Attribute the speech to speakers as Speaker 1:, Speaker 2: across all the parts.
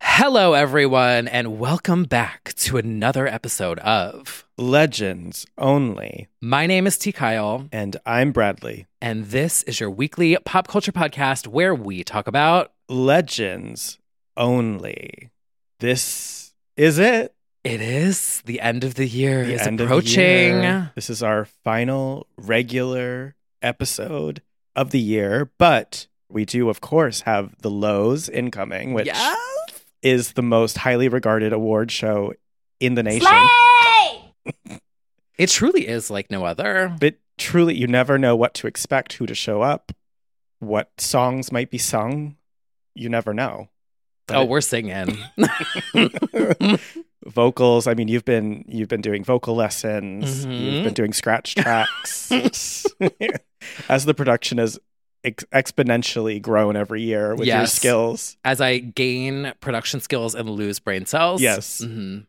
Speaker 1: Hello, everyone, and welcome back to another episode of.
Speaker 2: Legends only.
Speaker 1: My name is T. Kyle,
Speaker 2: And I'm Bradley.
Speaker 1: and this is your weekly pop culture podcast where we talk about
Speaker 2: Legends only. This is it.
Speaker 1: it is the end of the year
Speaker 2: The
Speaker 1: is
Speaker 2: end of the
Speaker 1: approaching.
Speaker 2: year. This is our final regular episode of the year, but we do, of course, have the lows incoming, which
Speaker 1: Yes.
Speaker 2: is the most highly regarded award show in the nation.
Speaker 1: It truly is like no other.
Speaker 2: But truly, you never know what to expect, who to show up, what songs might be sung. You never know. But
Speaker 1: oh,
Speaker 2: it-
Speaker 1: we're singing.
Speaker 2: vocals. I mean, you've been you've been doing vocal lessons.
Speaker 1: Mhm.
Speaker 2: You've been doing scratch tracks. As the production has ex- exponentially grown every year with your
Speaker 1: Yes.
Speaker 2: skills,
Speaker 1: As I gain production skills and lose brain cells.
Speaker 2: Yes.
Speaker 1: Mhm.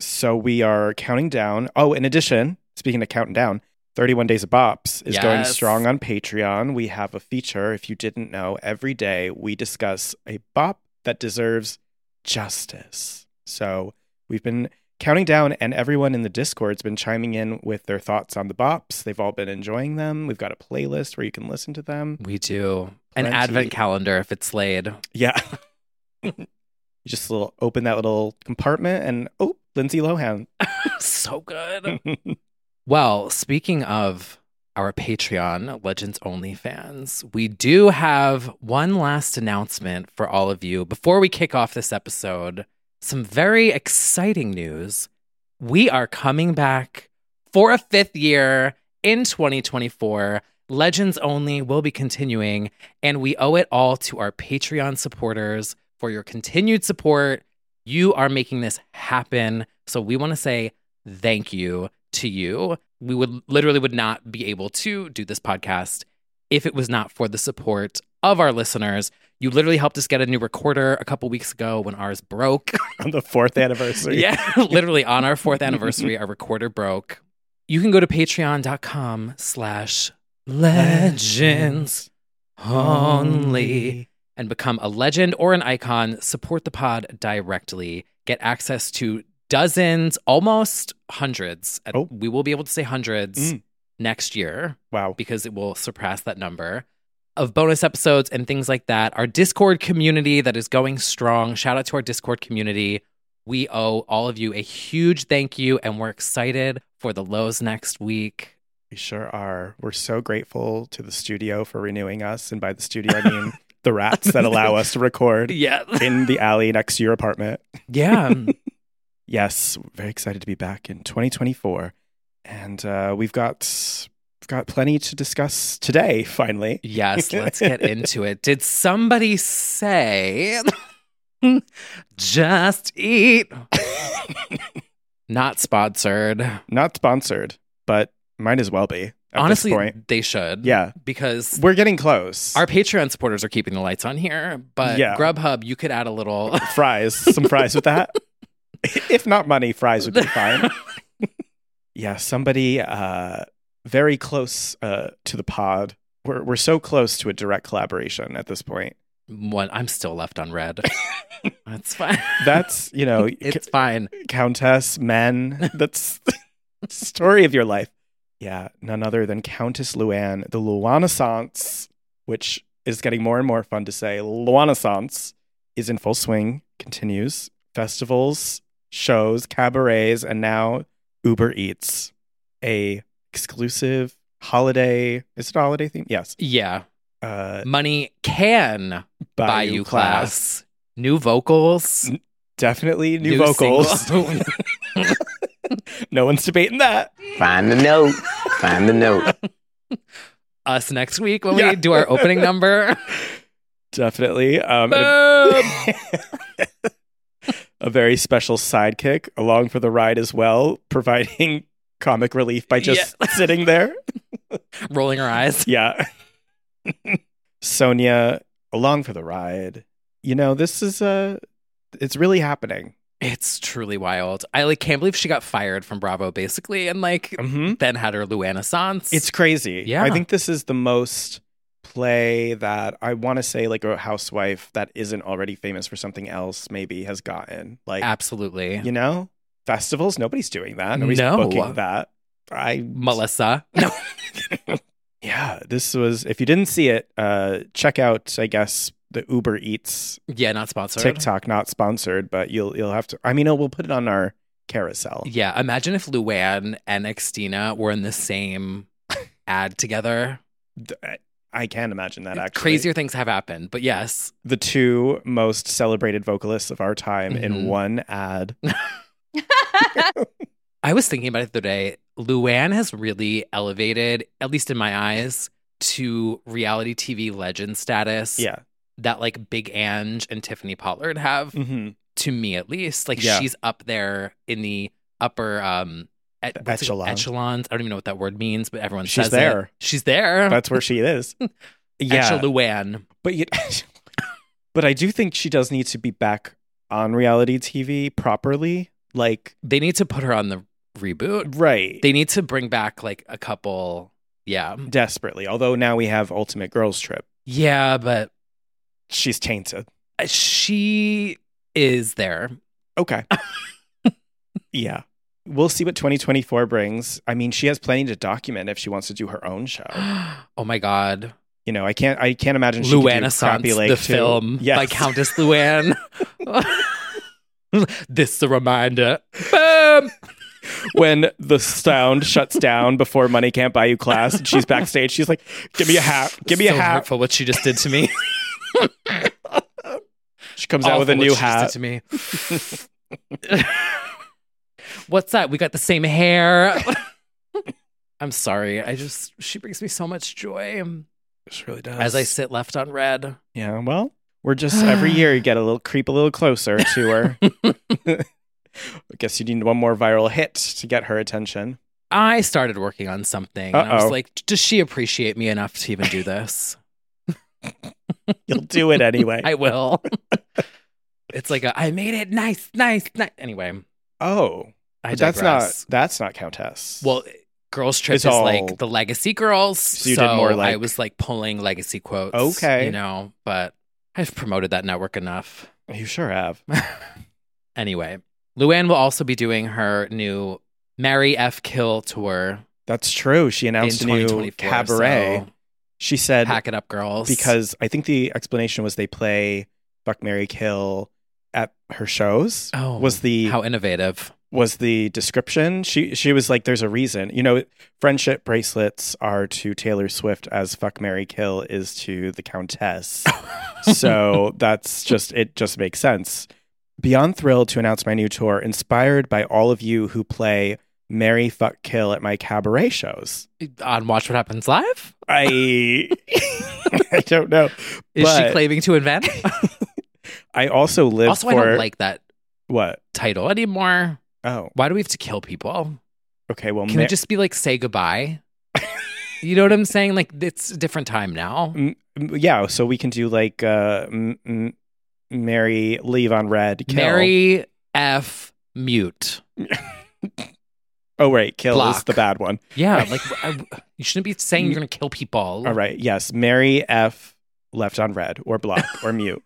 Speaker 2: so we are counting down. Oh, in addition, speaking of counting down, 31 Days of Bops is going
Speaker 1: Yes.
Speaker 2: strong on Patreon. We have a feature. If you didn't know, every day we discuss a bop that deserves justice. So we've been counting down, and everyone in the Discord's been chiming in with their thoughts on the bops. They've all been enjoying them. We've got a playlist where you can listen to them.
Speaker 1: We do. An
Speaker 2: Plenty.
Speaker 1: advent calendar if it's laid.
Speaker 2: Yeah. you just little open that little compartment, and oh, Lindsay Lohan.
Speaker 1: so good. well, speaking of our Patreon Legends Only fans, we do have one last announcement for all of you before we kick off this episode. Some very exciting news. We are coming back for a fifth year in 2024. Legends Only will be continuing, and we owe it all to our Patreon supporters for your continued support. You are making this happen. So we want to say thank you to you. We would literally would not be able to do this podcast if it was not for the support of our listeners. You literally helped us get a new recorder a couple weeks ago when ours broke.
Speaker 2: on the fourth anniversary.
Speaker 1: yeah, literally on our fourth anniversary, our recorder broke. You can go to patreon.com slash legends only and become a legend or an icon, support the pod directly. Get access to dozens, almost hundreds. and
Speaker 2: Oh.
Speaker 1: We will be able to say hundreds
Speaker 2: Mm.
Speaker 1: next year
Speaker 2: Wow.
Speaker 1: because it will surpass that number of bonus episodes and things like that. Our Discord community that is going strong. Shout out to our Discord community. We owe all of you a huge thank you, and we're excited for the lows next week.
Speaker 2: We sure are. We're so grateful to the studio for renewing us. And by the studio, I mean the rats that allow us to record
Speaker 1: Yeah.
Speaker 2: in the alley next to your apartment.
Speaker 1: yeah.
Speaker 2: Yes, very excited to be back in 2024. And uh, we've got we've got plenty to discuss today, finally.
Speaker 1: Yes, let's get into it. Did somebody say just eat? Not sponsored.
Speaker 2: Not sponsored, but might as well be. At
Speaker 1: Honestly,
Speaker 2: this point.
Speaker 1: they should.
Speaker 2: Yeah.
Speaker 1: Because
Speaker 2: We're getting close.
Speaker 1: our Patreon supporters are keeping the lights on here, but
Speaker 2: Yeah.
Speaker 1: Grubhub, you could add a little.
Speaker 2: fries, some fries with that. if not money, fries would be fine. yeah, somebody uh, very close uh, to the pod. We're we're so close to a direct collaboration at this point.
Speaker 1: One, I'm still left on red. That's fine.
Speaker 2: That's oh, you know,
Speaker 1: it's fine.
Speaker 2: c- Countess Men. That's the story of your life. Yeah, none other than Countess Luann, the Luanaissance, which is getting more and more fun to say. Luanaissance is in full swing. Continues festivals, shows, cabarets, and now Uber Eats, a exclusive holiday. Is it a holiday theme? Yes.
Speaker 1: Yeah.
Speaker 2: Uh,
Speaker 1: Money can buy, you class. New vocals.
Speaker 2: Definitely new, vocals.
Speaker 1: single.
Speaker 2: no one's debating that.
Speaker 3: Find the note. Find the note.
Speaker 1: Us next week when
Speaker 2: Yeah.
Speaker 1: we do our opening number.
Speaker 2: Definitely. Um, and a-
Speaker 1: Boom.
Speaker 2: a very special sidekick along for the ride as well, providing comic relief by just sitting there.
Speaker 1: Rolling her eyes.
Speaker 2: Yeah. Sonia along for the ride. You know, this is uh it's really happening.
Speaker 1: It's truly wild. I like can't believe she got fired from Bravo basically and like
Speaker 2: Mm-hmm.
Speaker 1: then had her Luana Sans.
Speaker 2: It's crazy.
Speaker 1: Yeah.
Speaker 2: I think this is the most play that I want to say like a housewife that isn't already famous for something else maybe has gotten. Like
Speaker 1: absolutely
Speaker 2: you know, festivals, nobody's doing that. Nobody's
Speaker 1: No.
Speaker 2: booking that. I
Speaker 1: Melissa. No.
Speaker 2: Yeah, this was. If you didn't see it, uh, check out. I guess the Uber Eats
Speaker 1: Yeah, not sponsored.
Speaker 2: TikTok, not sponsored, but you'll you'll have to. I mean, we'll put it on our carousel.
Speaker 1: Yeah, imagine if Luann and Xtina were in the same ad together.
Speaker 2: Th- I- I can imagine that actually.
Speaker 1: Crazier things have happened, but yes.
Speaker 2: The two most celebrated vocalists of our time
Speaker 1: Mhm.
Speaker 2: in one ad.
Speaker 1: I was thinking about it the other day. Luann has really elevated, at least in my eyes, to reality TV legend status
Speaker 2: Yeah.
Speaker 1: that like Big Ange and Tiffany Pollard have,
Speaker 2: Mm-hmm.
Speaker 1: to me at least. Like
Speaker 2: Yeah.
Speaker 1: she's up there in the upper um et- what's it called?
Speaker 2: Echelon.
Speaker 1: echelons. I don't even know what that word means, but everyone
Speaker 2: She's
Speaker 1: says
Speaker 2: there.
Speaker 1: It. She's there.
Speaker 2: That's where she is. Yeah.
Speaker 1: Luann.
Speaker 2: But you, but I do think she does need to be back on reality TV properly. Like,
Speaker 1: They need to put her on the reboot.
Speaker 2: right.
Speaker 1: They need to bring back like a couple. Yeah.
Speaker 2: desperately. Although now we have Ultimate Girls Trip.
Speaker 1: Yeah, but
Speaker 2: She's tainted.
Speaker 1: she is there.
Speaker 2: Okay. yeah. We'll see what 2024 brings. I mean, she has plenty to document if she wants to do her own show.
Speaker 1: oh my God.
Speaker 2: You know, I can't I can't imagine she could do
Speaker 1: Luann
Speaker 2: Crappy Lake
Speaker 1: the
Speaker 2: too.
Speaker 1: film
Speaker 2: Yes.
Speaker 1: by Countess Luann. this is a reminder. Boom.
Speaker 2: when the sound shuts down before Money Can't Buy You Class and she's backstage, she's like, Give me a hat. Give me
Speaker 1: so
Speaker 2: a hat.
Speaker 1: hurtful what she just did to me.
Speaker 2: She comes out with a
Speaker 1: Awful what
Speaker 2: new
Speaker 1: she just
Speaker 2: hat.
Speaker 1: did to me. What's that? We got the same hair. I'm sorry. I just she brings me so much joy.
Speaker 2: She really does.
Speaker 1: As I sit left on red.
Speaker 2: Yeah, well, we're just every year you get a little creep a little closer to her. I guess you need one more viral hit to get her attention.
Speaker 1: I started working on something. And I
Speaker 2: Uh-oh.
Speaker 1: was like, does she appreciate me enough to even do this?
Speaker 2: You'll do it anyway.
Speaker 1: I will. it's like a, I made it nice, nice, nice. Anyway,
Speaker 2: oh,
Speaker 1: I digress.
Speaker 2: but that's not that's not Countess.
Speaker 1: Well, Girls Trip
Speaker 2: It's
Speaker 1: is
Speaker 2: all-
Speaker 1: like the Legacy Girls.
Speaker 2: So you did more like-
Speaker 1: I was like pulling legacy quotes.
Speaker 2: Okay.
Speaker 1: You know, but I've promoted that network enough.
Speaker 2: you sure have.
Speaker 1: Anyway, Luann will also be doing her new Marry F Kill tour
Speaker 2: That's true. She
Speaker 1: in
Speaker 2: announced a new
Speaker 1: 2024.
Speaker 2: cabaret. she
Speaker 1: So
Speaker 2: said
Speaker 1: pack it up, girls.
Speaker 2: because I think the explanation was they play Fuck Mary Kill at her shows.
Speaker 1: oh,
Speaker 2: was the
Speaker 1: how innovative.
Speaker 2: was the description. She she was like, "There's a reason." You know, friendship bracelets are to Taylor Swift as "fuck Mary Kill" is to the Countess. so that's just it. Just makes sense. Beyond thrilled to announce my new tour, inspired by all of you who play Mary Fuck Kill at my cabaret shows.
Speaker 1: on Watch What Happens Live?
Speaker 2: I I don't know.
Speaker 1: Is she
Speaker 2: But-
Speaker 1: claiming to invent?
Speaker 2: I also live
Speaker 1: also, I
Speaker 2: for
Speaker 1: don't like that
Speaker 2: what?
Speaker 1: title anymore.
Speaker 2: Oh,
Speaker 1: Why do we have to kill people?
Speaker 2: okay. Well,
Speaker 1: Can
Speaker 2: Ma-
Speaker 1: we just be like, say goodbye? you know what I'm saying? Like, it's a different time now.
Speaker 2: M- yeah, so we can do like uh, m- m- Mary leave on red, kill.
Speaker 1: Mary F. Mute.
Speaker 2: Oh right, kill is
Speaker 1: Block.
Speaker 2: the bad one.
Speaker 1: Yeah, like I, you shouldn't be saying you're gonna kill people.
Speaker 2: All right, yes, Mary F left on red or block or mute.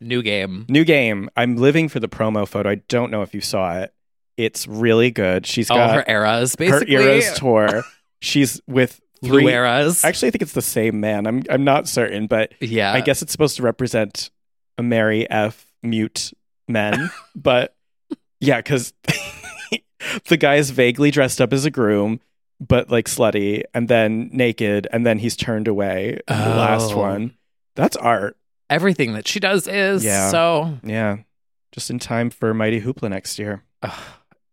Speaker 1: new game.
Speaker 2: New game. I'm living for the promo photo. I don't know if you saw it. It's really good. She's
Speaker 1: All Oh, her
Speaker 2: got
Speaker 1: eras, basically.
Speaker 2: eras tour. She's with
Speaker 1: Blue
Speaker 2: three
Speaker 1: eras.
Speaker 2: Actually, I think it's the same man. I'm I'm not certain, but
Speaker 1: yeah,
Speaker 2: I guess it's supposed to represent a Mary F. Mute men, but yeah, because the guy is vaguely dressed up as a groom, but like slutty, and then naked, and then he's turned away. in The last
Speaker 1: Oh.
Speaker 2: one. That's art.
Speaker 1: everything that she does is
Speaker 2: Yeah.
Speaker 1: so.
Speaker 2: Yeah. Just in time for Mighty Hoopla next year.
Speaker 1: Ugh,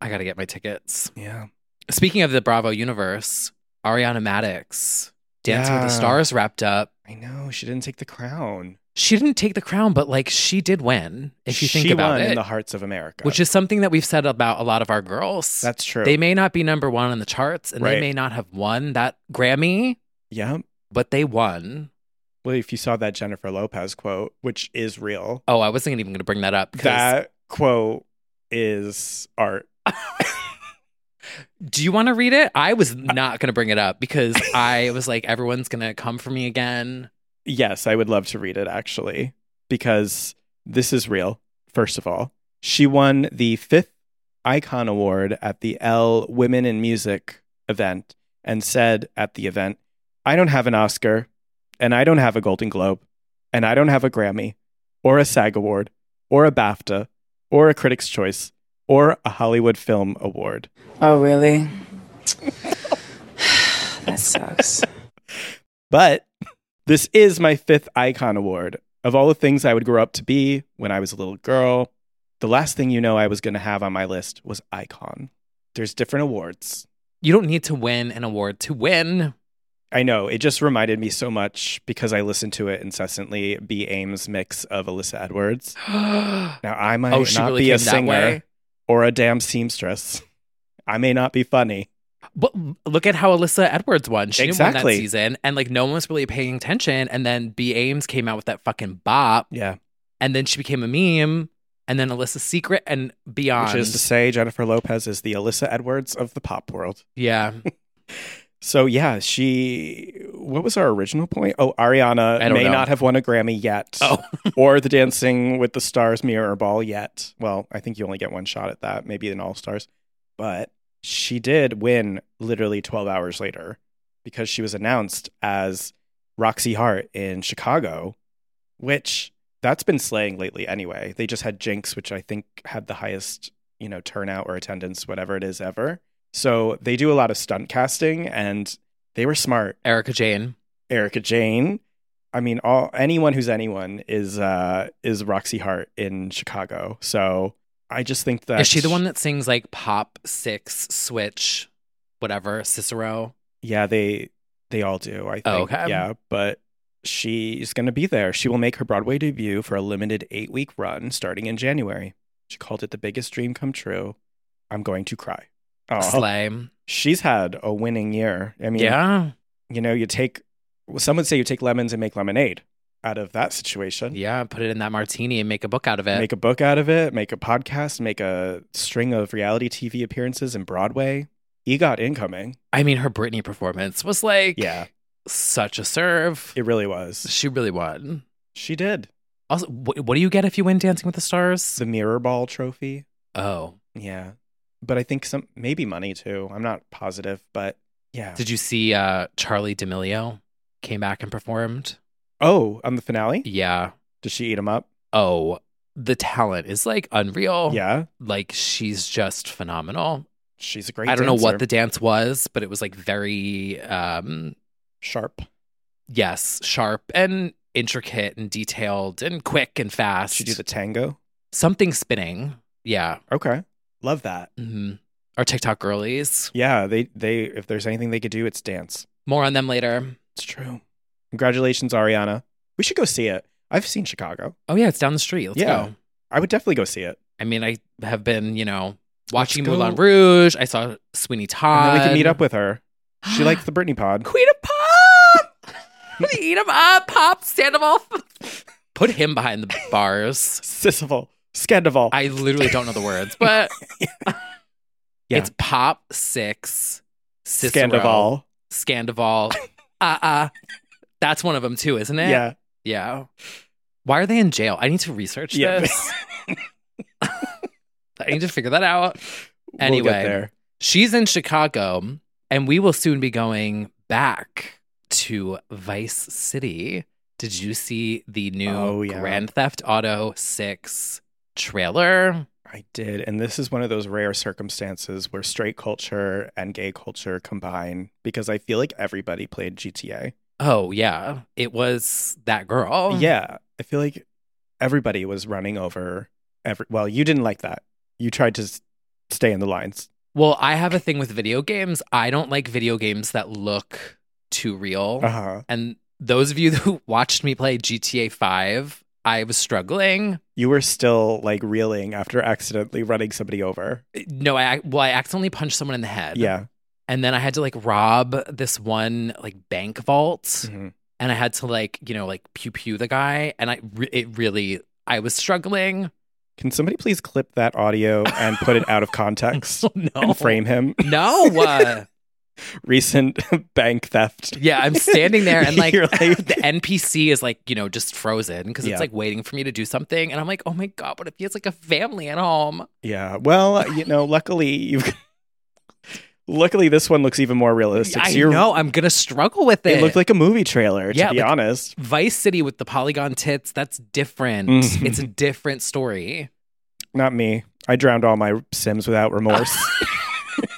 Speaker 1: I gotta get my tickets.
Speaker 2: Yeah.
Speaker 1: Speaking of the Bravo universe, Ariana Maddox, Dance with
Speaker 2: Yeah.
Speaker 1: the Stars wrapped up.
Speaker 2: I know. She didn't take the crown.
Speaker 1: She didn't take the crown, but like she did win. If you think
Speaker 2: she
Speaker 1: about
Speaker 2: won
Speaker 1: it,
Speaker 2: in the hearts of America.
Speaker 1: which is something that we've said about a lot of our girls.
Speaker 2: that's true.
Speaker 1: They may not be number one on the charts, and
Speaker 2: Right.
Speaker 1: they may not have won that Grammy,
Speaker 2: yeah.
Speaker 1: but they won.
Speaker 2: Well, if you saw that Jennifer Lopez quote, which is real,
Speaker 1: Oh, I wasn't even going to bring that up. 'cause-
Speaker 2: That quote is art.
Speaker 1: do you want to read it? I was not going to bring it up because I was like, everyone's going to come for me again.
Speaker 2: Yes, I would love to read it actually, because this is real, first of all. She won the fifth Icon Award at the L Women in Music event and said at the event, I don't have an Oscar, and I don't have a Golden Globe, and I don't have a Grammy, or a SAG Award, or a BAFTA, or a Critics' Choice, or a Hollywood Film Award.
Speaker 4: Oh, really? that sucks.
Speaker 2: But this is my fifth icon award. Of all the things I would grow up to be when I was a little girl, the last thing you know I was going to have on my list was icon. There's different awards.
Speaker 1: You don't need to win an award to win.
Speaker 2: I know, it just reminded me so much because I listened to it incessantly. B. Ames mix of Alyssa Edwards. Now, I might
Speaker 1: Oh, she
Speaker 2: not
Speaker 1: really
Speaker 2: be a
Speaker 1: came that
Speaker 2: singer
Speaker 1: way?
Speaker 2: or a damn seamstress. I may not be funny.
Speaker 1: But look at how Alyssa Edwards won. She didn't win
Speaker 2: Exactly.
Speaker 1: that season, and like no one was really paying attention. And then B. Ames came out with that fucking bop,
Speaker 2: Yeah.
Speaker 1: and then she became a meme, and then Alyssa's Secret and Beyond.
Speaker 2: Which is to say, Jennifer Lopez is the Alyssa Edwards of the pop world.
Speaker 1: yeah,
Speaker 2: So yeah, she. What was our original point? Oh, Ariana
Speaker 1: I don't
Speaker 2: may
Speaker 1: know.
Speaker 2: not have won a Grammy yet.
Speaker 1: Oh.
Speaker 2: or the Dancing with the Stars Mirror Ball yet. Well, I think you only get one shot at that. Maybe an All Stars, but she did win literally 12 hours later because she was announced as Roxy Hart in Chicago, which that's been slaying lately. Anyway, they just had Jinx, which I think had the highest you know turnout or attendance, whatever it is ever. So they do a lot of stunt casting and they were smart.
Speaker 1: Erica Jane.
Speaker 2: Erica Jane. I mean, all anyone who's anyone is uh is Roxy Hart in Chicago. So I just think that
Speaker 1: Is she the one that sings like pop six switch, whatever Cicero?
Speaker 2: Yeah, they they all do, I think.
Speaker 1: Oh, okay.
Speaker 2: Yeah, but she's gonna be there. She will make her Broadway debut for a limited eight week run starting in January. She called it the biggest dream come true. I'm going to cry. Oh,
Speaker 1: Slay.
Speaker 2: she's had a winning year. I mean,
Speaker 1: yeah,
Speaker 2: you know, you take well, some would say you take lemons and make lemonade out of that situation.
Speaker 1: yeah. Put it in that martini and make a book out of it.
Speaker 2: Make a book out of it, make a podcast, make a string of reality TV appearances in Broadway. EGOT incoming.
Speaker 1: I mean, her Britney performance was like
Speaker 2: Yeah,
Speaker 1: such a serve.
Speaker 2: it really was.
Speaker 1: she really won.
Speaker 2: She did.
Speaker 1: Also, wh- what do you get if you win Dancing with the Stars?
Speaker 2: The Mirror Ball trophy.
Speaker 1: oh,
Speaker 2: Yeah. But I think some maybe money too. I'm not positive, but yeah.
Speaker 1: did you see uh, Charlie D'Amelio came back and performed?
Speaker 2: oh, on the finale?
Speaker 1: Yeah.
Speaker 2: Does she eat him up?
Speaker 1: Oh, the talent is like unreal.
Speaker 2: Yeah.
Speaker 1: Like she's just phenomenal.
Speaker 2: She's a great
Speaker 1: I don't know what
Speaker 2: dancer.
Speaker 1: the dance was, but it was like very um
Speaker 2: sharp.
Speaker 1: yes, sharp and intricate and detailed and quick and fast.
Speaker 2: She do the tango.
Speaker 1: something spinning. Yeah.
Speaker 2: Okay. Love that.
Speaker 1: Mhm. Our TikTok girlies.
Speaker 2: Yeah, they they if there's anything they could do, it's dance.
Speaker 1: More on them later.
Speaker 2: It's true. Congratulations, Ariana. We should go see it. I've seen Chicago.
Speaker 1: Oh yeah, it's down the street. Let's
Speaker 2: Yeah.
Speaker 1: go.
Speaker 2: I would definitely go see it.
Speaker 1: I mean, I have been, you know, watching
Speaker 2: go.
Speaker 1: Moulin Rouge. I saw Sweeney Todd.
Speaker 2: And then we can meet
Speaker 1: Um,
Speaker 2: up with her. She likes the Britney pod.
Speaker 1: Queen of Pop. Eat him up, Pop Sandoval. Put him behind the bars.
Speaker 2: Sissival. Scandival.
Speaker 1: I literally don't know the words, but
Speaker 2: Yeah.
Speaker 1: it's Pop Six Cicero,
Speaker 2: Scandival.
Speaker 1: Scandival. Uh uh. That's one of them too, isn't it?
Speaker 2: Yeah.
Speaker 1: Yeah. Why are they in jail? I need to research
Speaker 2: Yeah.
Speaker 1: this. I need to figure that out. Anyway,
Speaker 2: We'll get there.
Speaker 1: she's in Chicago, and we will soon be going back to Vice City. Did you see the new
Speaker 2: Oh, yeah.
Speaker 1: Grand Theft Auto 6 trailer?
Speaker 2: I did. And this is one of those rare circumstances where straight culture and gay culture combine because I feel like everybody played GTA.
Speaker 1: Oh, yeah. It was that girl.
Speaker 2: Yeah. I feel like everybody was running over every well, you didn't like that. You tried to s- stay in the lines.
Speaker 1: Well, I have a thing with video games. I don't like video games that look too real.
Speaker 2: Uh-huh.
Speaker 1: And those of you who watched me play GTA 5, I was struggling.
Speaker 2: You were still like reeling after accidentally running somebody over.
Speaker 1: No, I well, I accidentally punched someone in the head.
Speaker 2: Yeah.
Speaker 1: And then I had to like rob this one like bank vault
Speaker 2: Mhm.
Speaker 1: and I had to like, you know, like pew pew the guy and I re- it really I was struggling.
Speaker 2: Can somebody please clip that audio and put it out of context
Speaker 1: no.
Speaker 2: and frame him?
Speaker 1: No. uh,
Speaker 2: Recent bank theft.
Speaker 1: yeah, I'm standing there and like
Speaker 2: You're like-
Speaker 1: the NPC is like, you know, just frozen because
Speaker 2: Yeah.
Speaker 1: it's like waiting for me to do something and I'm like, "Oh my god, what if he has like a family at home?"
Speaker 2: Yeah. Well, you know, luckily you've luckily this one looks even more realistic.
Speaker 1: I
Speaker 2: So you're-
Speaker 1: know I'm going to struggle with it.
Speaker 2: It looked like a movie trailer, to
Speaker 1: Yeah,
Speaker 2: be
Speaker 1: like-
Speaker 2: honest.
Speaker 1: Vice City with the polygon tits, that's different.
Speaker 2: Mhm.
Speaker 1: It's a different story.
Speaker 2: Not me. I drowned all my Sims without remorse.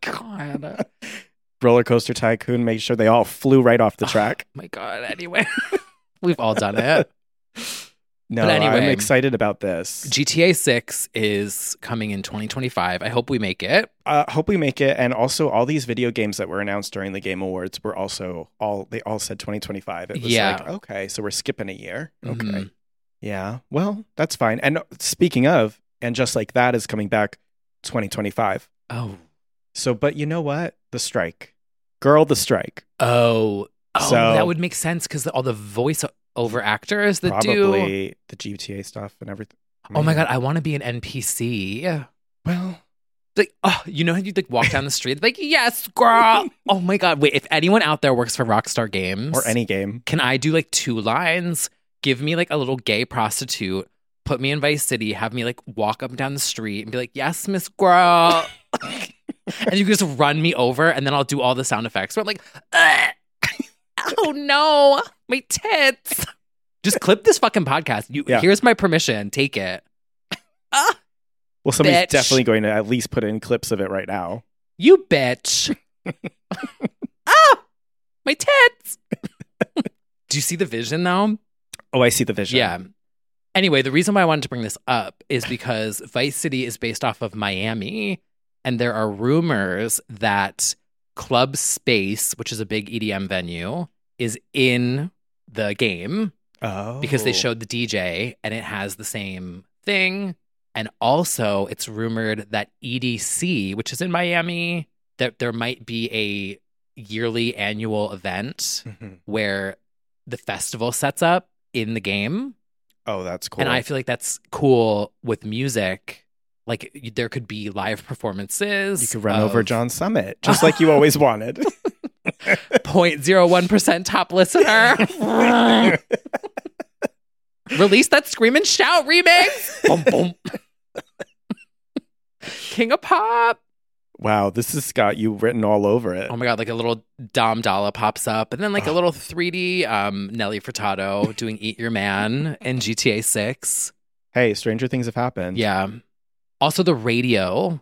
Speaker 1: God. Oh
Speaker 2: Roller coaster tycoon, made sure they all flew right off the track.
Speaker 1: My God. Anyway, we've all done it.
Speaker 2: No,
Speaker 1: But anyway.
Speaker 2: I'm excited about this.
Speaker 1: GTA 6 is coming in 2025. I hope we make it.
Speaker 2: uh, hope we make it. And also, all these video games that were announced during the Game Awards were also all they all said 2025. It was
Speaker 1: Yeah.
Speaker 2: like okay, so we're skipping a year. Okay,
Speaker 1: Mhm.
Speaker 2: yeah. Well, that's fine. And speaking of, and just like that is coming back 2025.
Speaker 1: Oh,
Speaker 2: So, but you know what? The strike, girl, the strike.
Speaker 1: oh, oh,
Speaker 2: So-
Speaker 1: that would make sense because all the voice over actors that do.
Speaker 2: Probably the GTA stuff and everything.
Speaker 1: Oh my God, I want to be an NPC.
Speaker 2: well,
Speaker 1: Like, oh, you know how you like walk down the street, like, yes, girl. oh my God. Wait, if anyone out there works for Rockstar Games
Speaker 2: or any game.
Speaker 1: can I do like two lines? Give me like a little gay prostitute, put me in Vice City, have me like walk up and down the street and be like, yes, Miss Girl. and you can just run me over and then I'll do all the sound effects. But I'm like, "Ugh. oh no, my tits. Just clip this fucking podcast. You
Speaker 2: Yeah.
Speaker 1: here's my permission. Take it.
Speaker 2: Well, somebody's
Speaker 1: Bitch.
Speaker 2: definitely going to at least put in clips of it right now.
Speaker 1: You bitch. ah, my tits. do you see the vision though?
Speaker 2: Oh, I see the vision.
Speaker 1: Yeah. Anyway, the reason why I wanted to bring this up is because Vice City is based off of Miami, and there are rumors that Club Space, which is a big EDM venue, is in the game
Speaker 2: Oh,
Speaker 1: because they showed the DJ and it has the same thing. And also, it's rumored that EDC, which is in Miami, that there might be a yearly annual event
Speaker 2: Mhm.
Speaker 1: where the festival sets up in the game.
Speaker 2: Oh, that's cool.
Speaker 1: And I feel like that's cool with music. Like y- there could be live performances.
Speaker 2: You could run over
Speaker 1: of
Speaker 2: John Summit, just like you always wanted.
Speaker 1: 0.01% top listener. Release that scream and shout remix. boom, boom. King of pop.
Speaker 2: wow, this has got you written all over it.
Speaker 1: Oh my god! Like a little Dom Dalla pops up, and then like a
Speaker 2: Ugh.
Speaker 1: little 3D um, Nelly Furtado doing "Eat Your Man" in GTA 6.
Speaker 2: Hey, stranger things have happened.
Speaker 1: Yeah. Also, the radio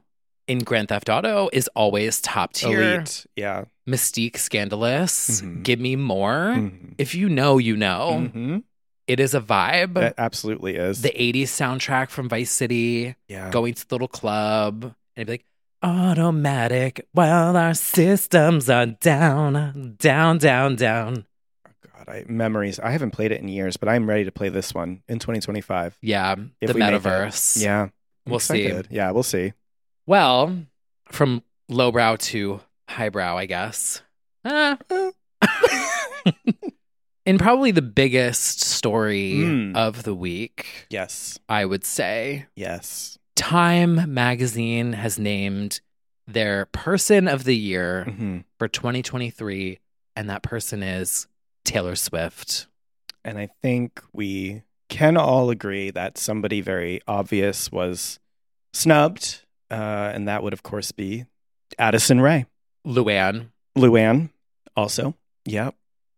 Speaker 1: in Grand Theft Auto is always top tier.
Speaker 2: Elite. Yeah.
Speaker 1: Mystique, scandalous.
Speaker 2: Mhm.
Speaker 1: Give me more.
Speaker 2: Mhm.
Speaker 1: If you know, you know.
Speaker 2: Mhm.
Speaker 1: It is a vibe.
Speaker 2: That absolutely is.
Speaker 1: the 80s soundtrack from Vice City,
Speaker 2: yeah.
Speaker 1: going to the little club, and it'd be like, automatic while our systems are down, down, down, down.
Speaker 2: Oh, God, I, memories. I haven't played it in years, but I'm ready to play this one in 2025.
Speaker 1: Yeah,
Speaker 2: If
Speaker 1: the
Speaker 2: we make it.
Speaker 1: metaverse.
Speaker 2: Yeah. I'm
Speaker 1: We'll see.
Speaker 2: excited. Yeah, we'll see.
Speaker 1: Well, from lowbrow to highbrow, I guess. Ah. In probably the biggest story
Speaker 2: Mm.
Speaker 1: of the week,
Speaker 2: Yes.
Speaker 1: I would say
Speaker 2: Yes.
Speaker 1: Time magazine has named their person of the year
Speaker 2: Mhm.
Speaker 1: for 2023, and that person is Taylor Swift.
Speaker 2: And I think we can all agree that somebody very obvious was snubbed. Uh, and that would, of course, be Addison Ray.
Speaker 1: Luann.
Speaker 2: Luann also. Yep.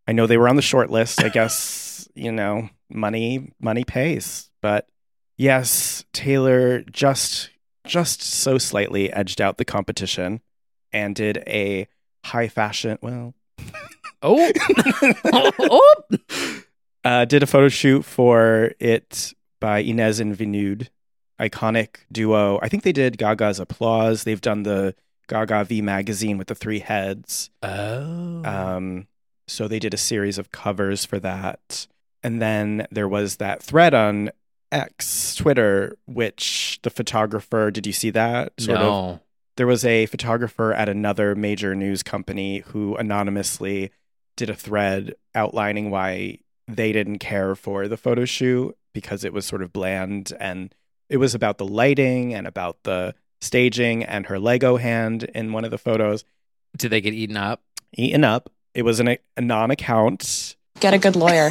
Speaker 2: I know they were on the short list. I guess, you know, money money pays. But yes, Taylor just just so slightly edged out the competition and did a high fashion well
Speaker 1: Oh. oh.
Speaker 2: uh, did a photo shoot for it by Inez and Vinud, iconic duo. I think they did Gaga's Applause. They've done the Gaga V magazine with the three heads.
Speaker 1: Oh.
Speaker 2: Um, so they did a series of covers for that. And then there was that thread on X, Twitter, which the photographer, did you see that? Sort of.
Speaker 1: no.
Speaker 2: There was a photographer at another major news company who anonymously did a thread outlining why they didn't care for the photo shoot because it was sort of bland and it was about the lighting and about the staging and her Lego hand in one of the photos
Speaker 1: Did they get eaten up?
Speaker 2: eaten up. It was an, a non account.
Speaker 4: Get a good lawyer.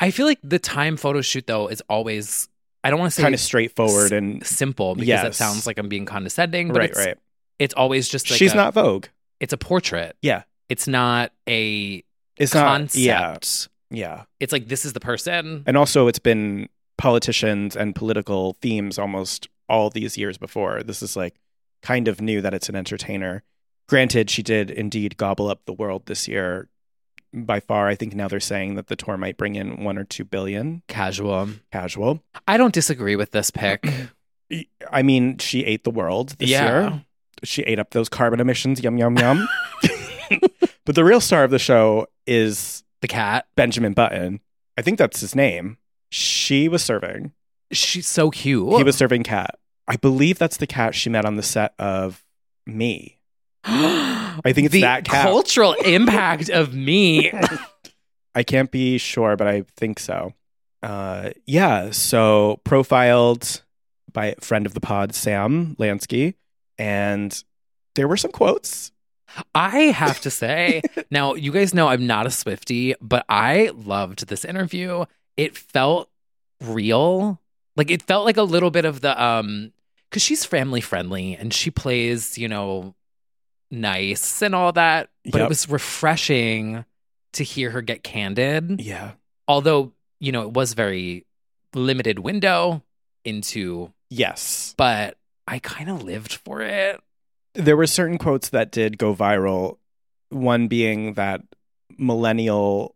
Speaker 1: I feel like the time photo shoot though is always I don't want to say
Speaker 2: kind of straightforward and
Speaker 1: simple because that
Speaker 2: Yes.
Speaker 1: sounds like I'm being condescending, but
Speaker 2: right,
Speaker 1: it's,
Speaker 2: right.
Speaker 1: it's always just like
Speaker 2: She's
Speaker 1: a-
Speaker 2: not Vogue.
Speaker 1: it's a portrait.
Speaker 2: Yeah.
Speaker 1: It's not a
Speaker 2: It's
Speaker 1: concept.
Speaker 2: not. Yeah, yeah.
Speaker 1: It's like this is the person.
Speaker 2: And also, it's been politicians and political themes almost all these years before. This is like kind of new that it's an entertainer. Granted, she did indeed gobble up the world this year. By far, I think now they're saying that the tour might bring in one or two billion
Speaker 1: Casual.
Speaker 2: casual.
Speaker 1: I don't disagree with this pick.
Speaker 2: I mean, she ate the world this
Speaker 1: Yeah.
Speaker 2: year. She ate up those carbon emissions. Yum, yum, yum. but the real star of the show is
Speaker 1: the cat.
Speaker 2: Benjamin Button. I think that's his name. She was serving.
Speaker 1: She's so cute.
Speaker 2: He was serving cat. I believe that's the cat she met on the set of Me.
Speaker 1: I
Speaker 2: think it's
Speaker 1: the
Speaker 2: that cat.
Speaker 1: cultural impact of me.
Speaker 2: I can't be sure, but I think so. Uh, yeah. So profiled by a friend of the pod, Sam Lansky, and there were some quotes.
Speaker 1: I have to say, now you guys know I'm not a Swifty, but I loved this interview. It felt real. Like it felt like a little bit of the um cuz she's family friendly and she plays, you know, nice and all that, but it
Speaker 2: Yep.
Speaker 1: was refreshing to hear her get candid.
Speaker 2: Yeah.
Speaker 1: Although, you know, it was very limited window into
Speaker 2: Yes.
Speaker 1: but I kind of lived for it.
Speaker 2: there were certain quotes that did go viral. One being that millennial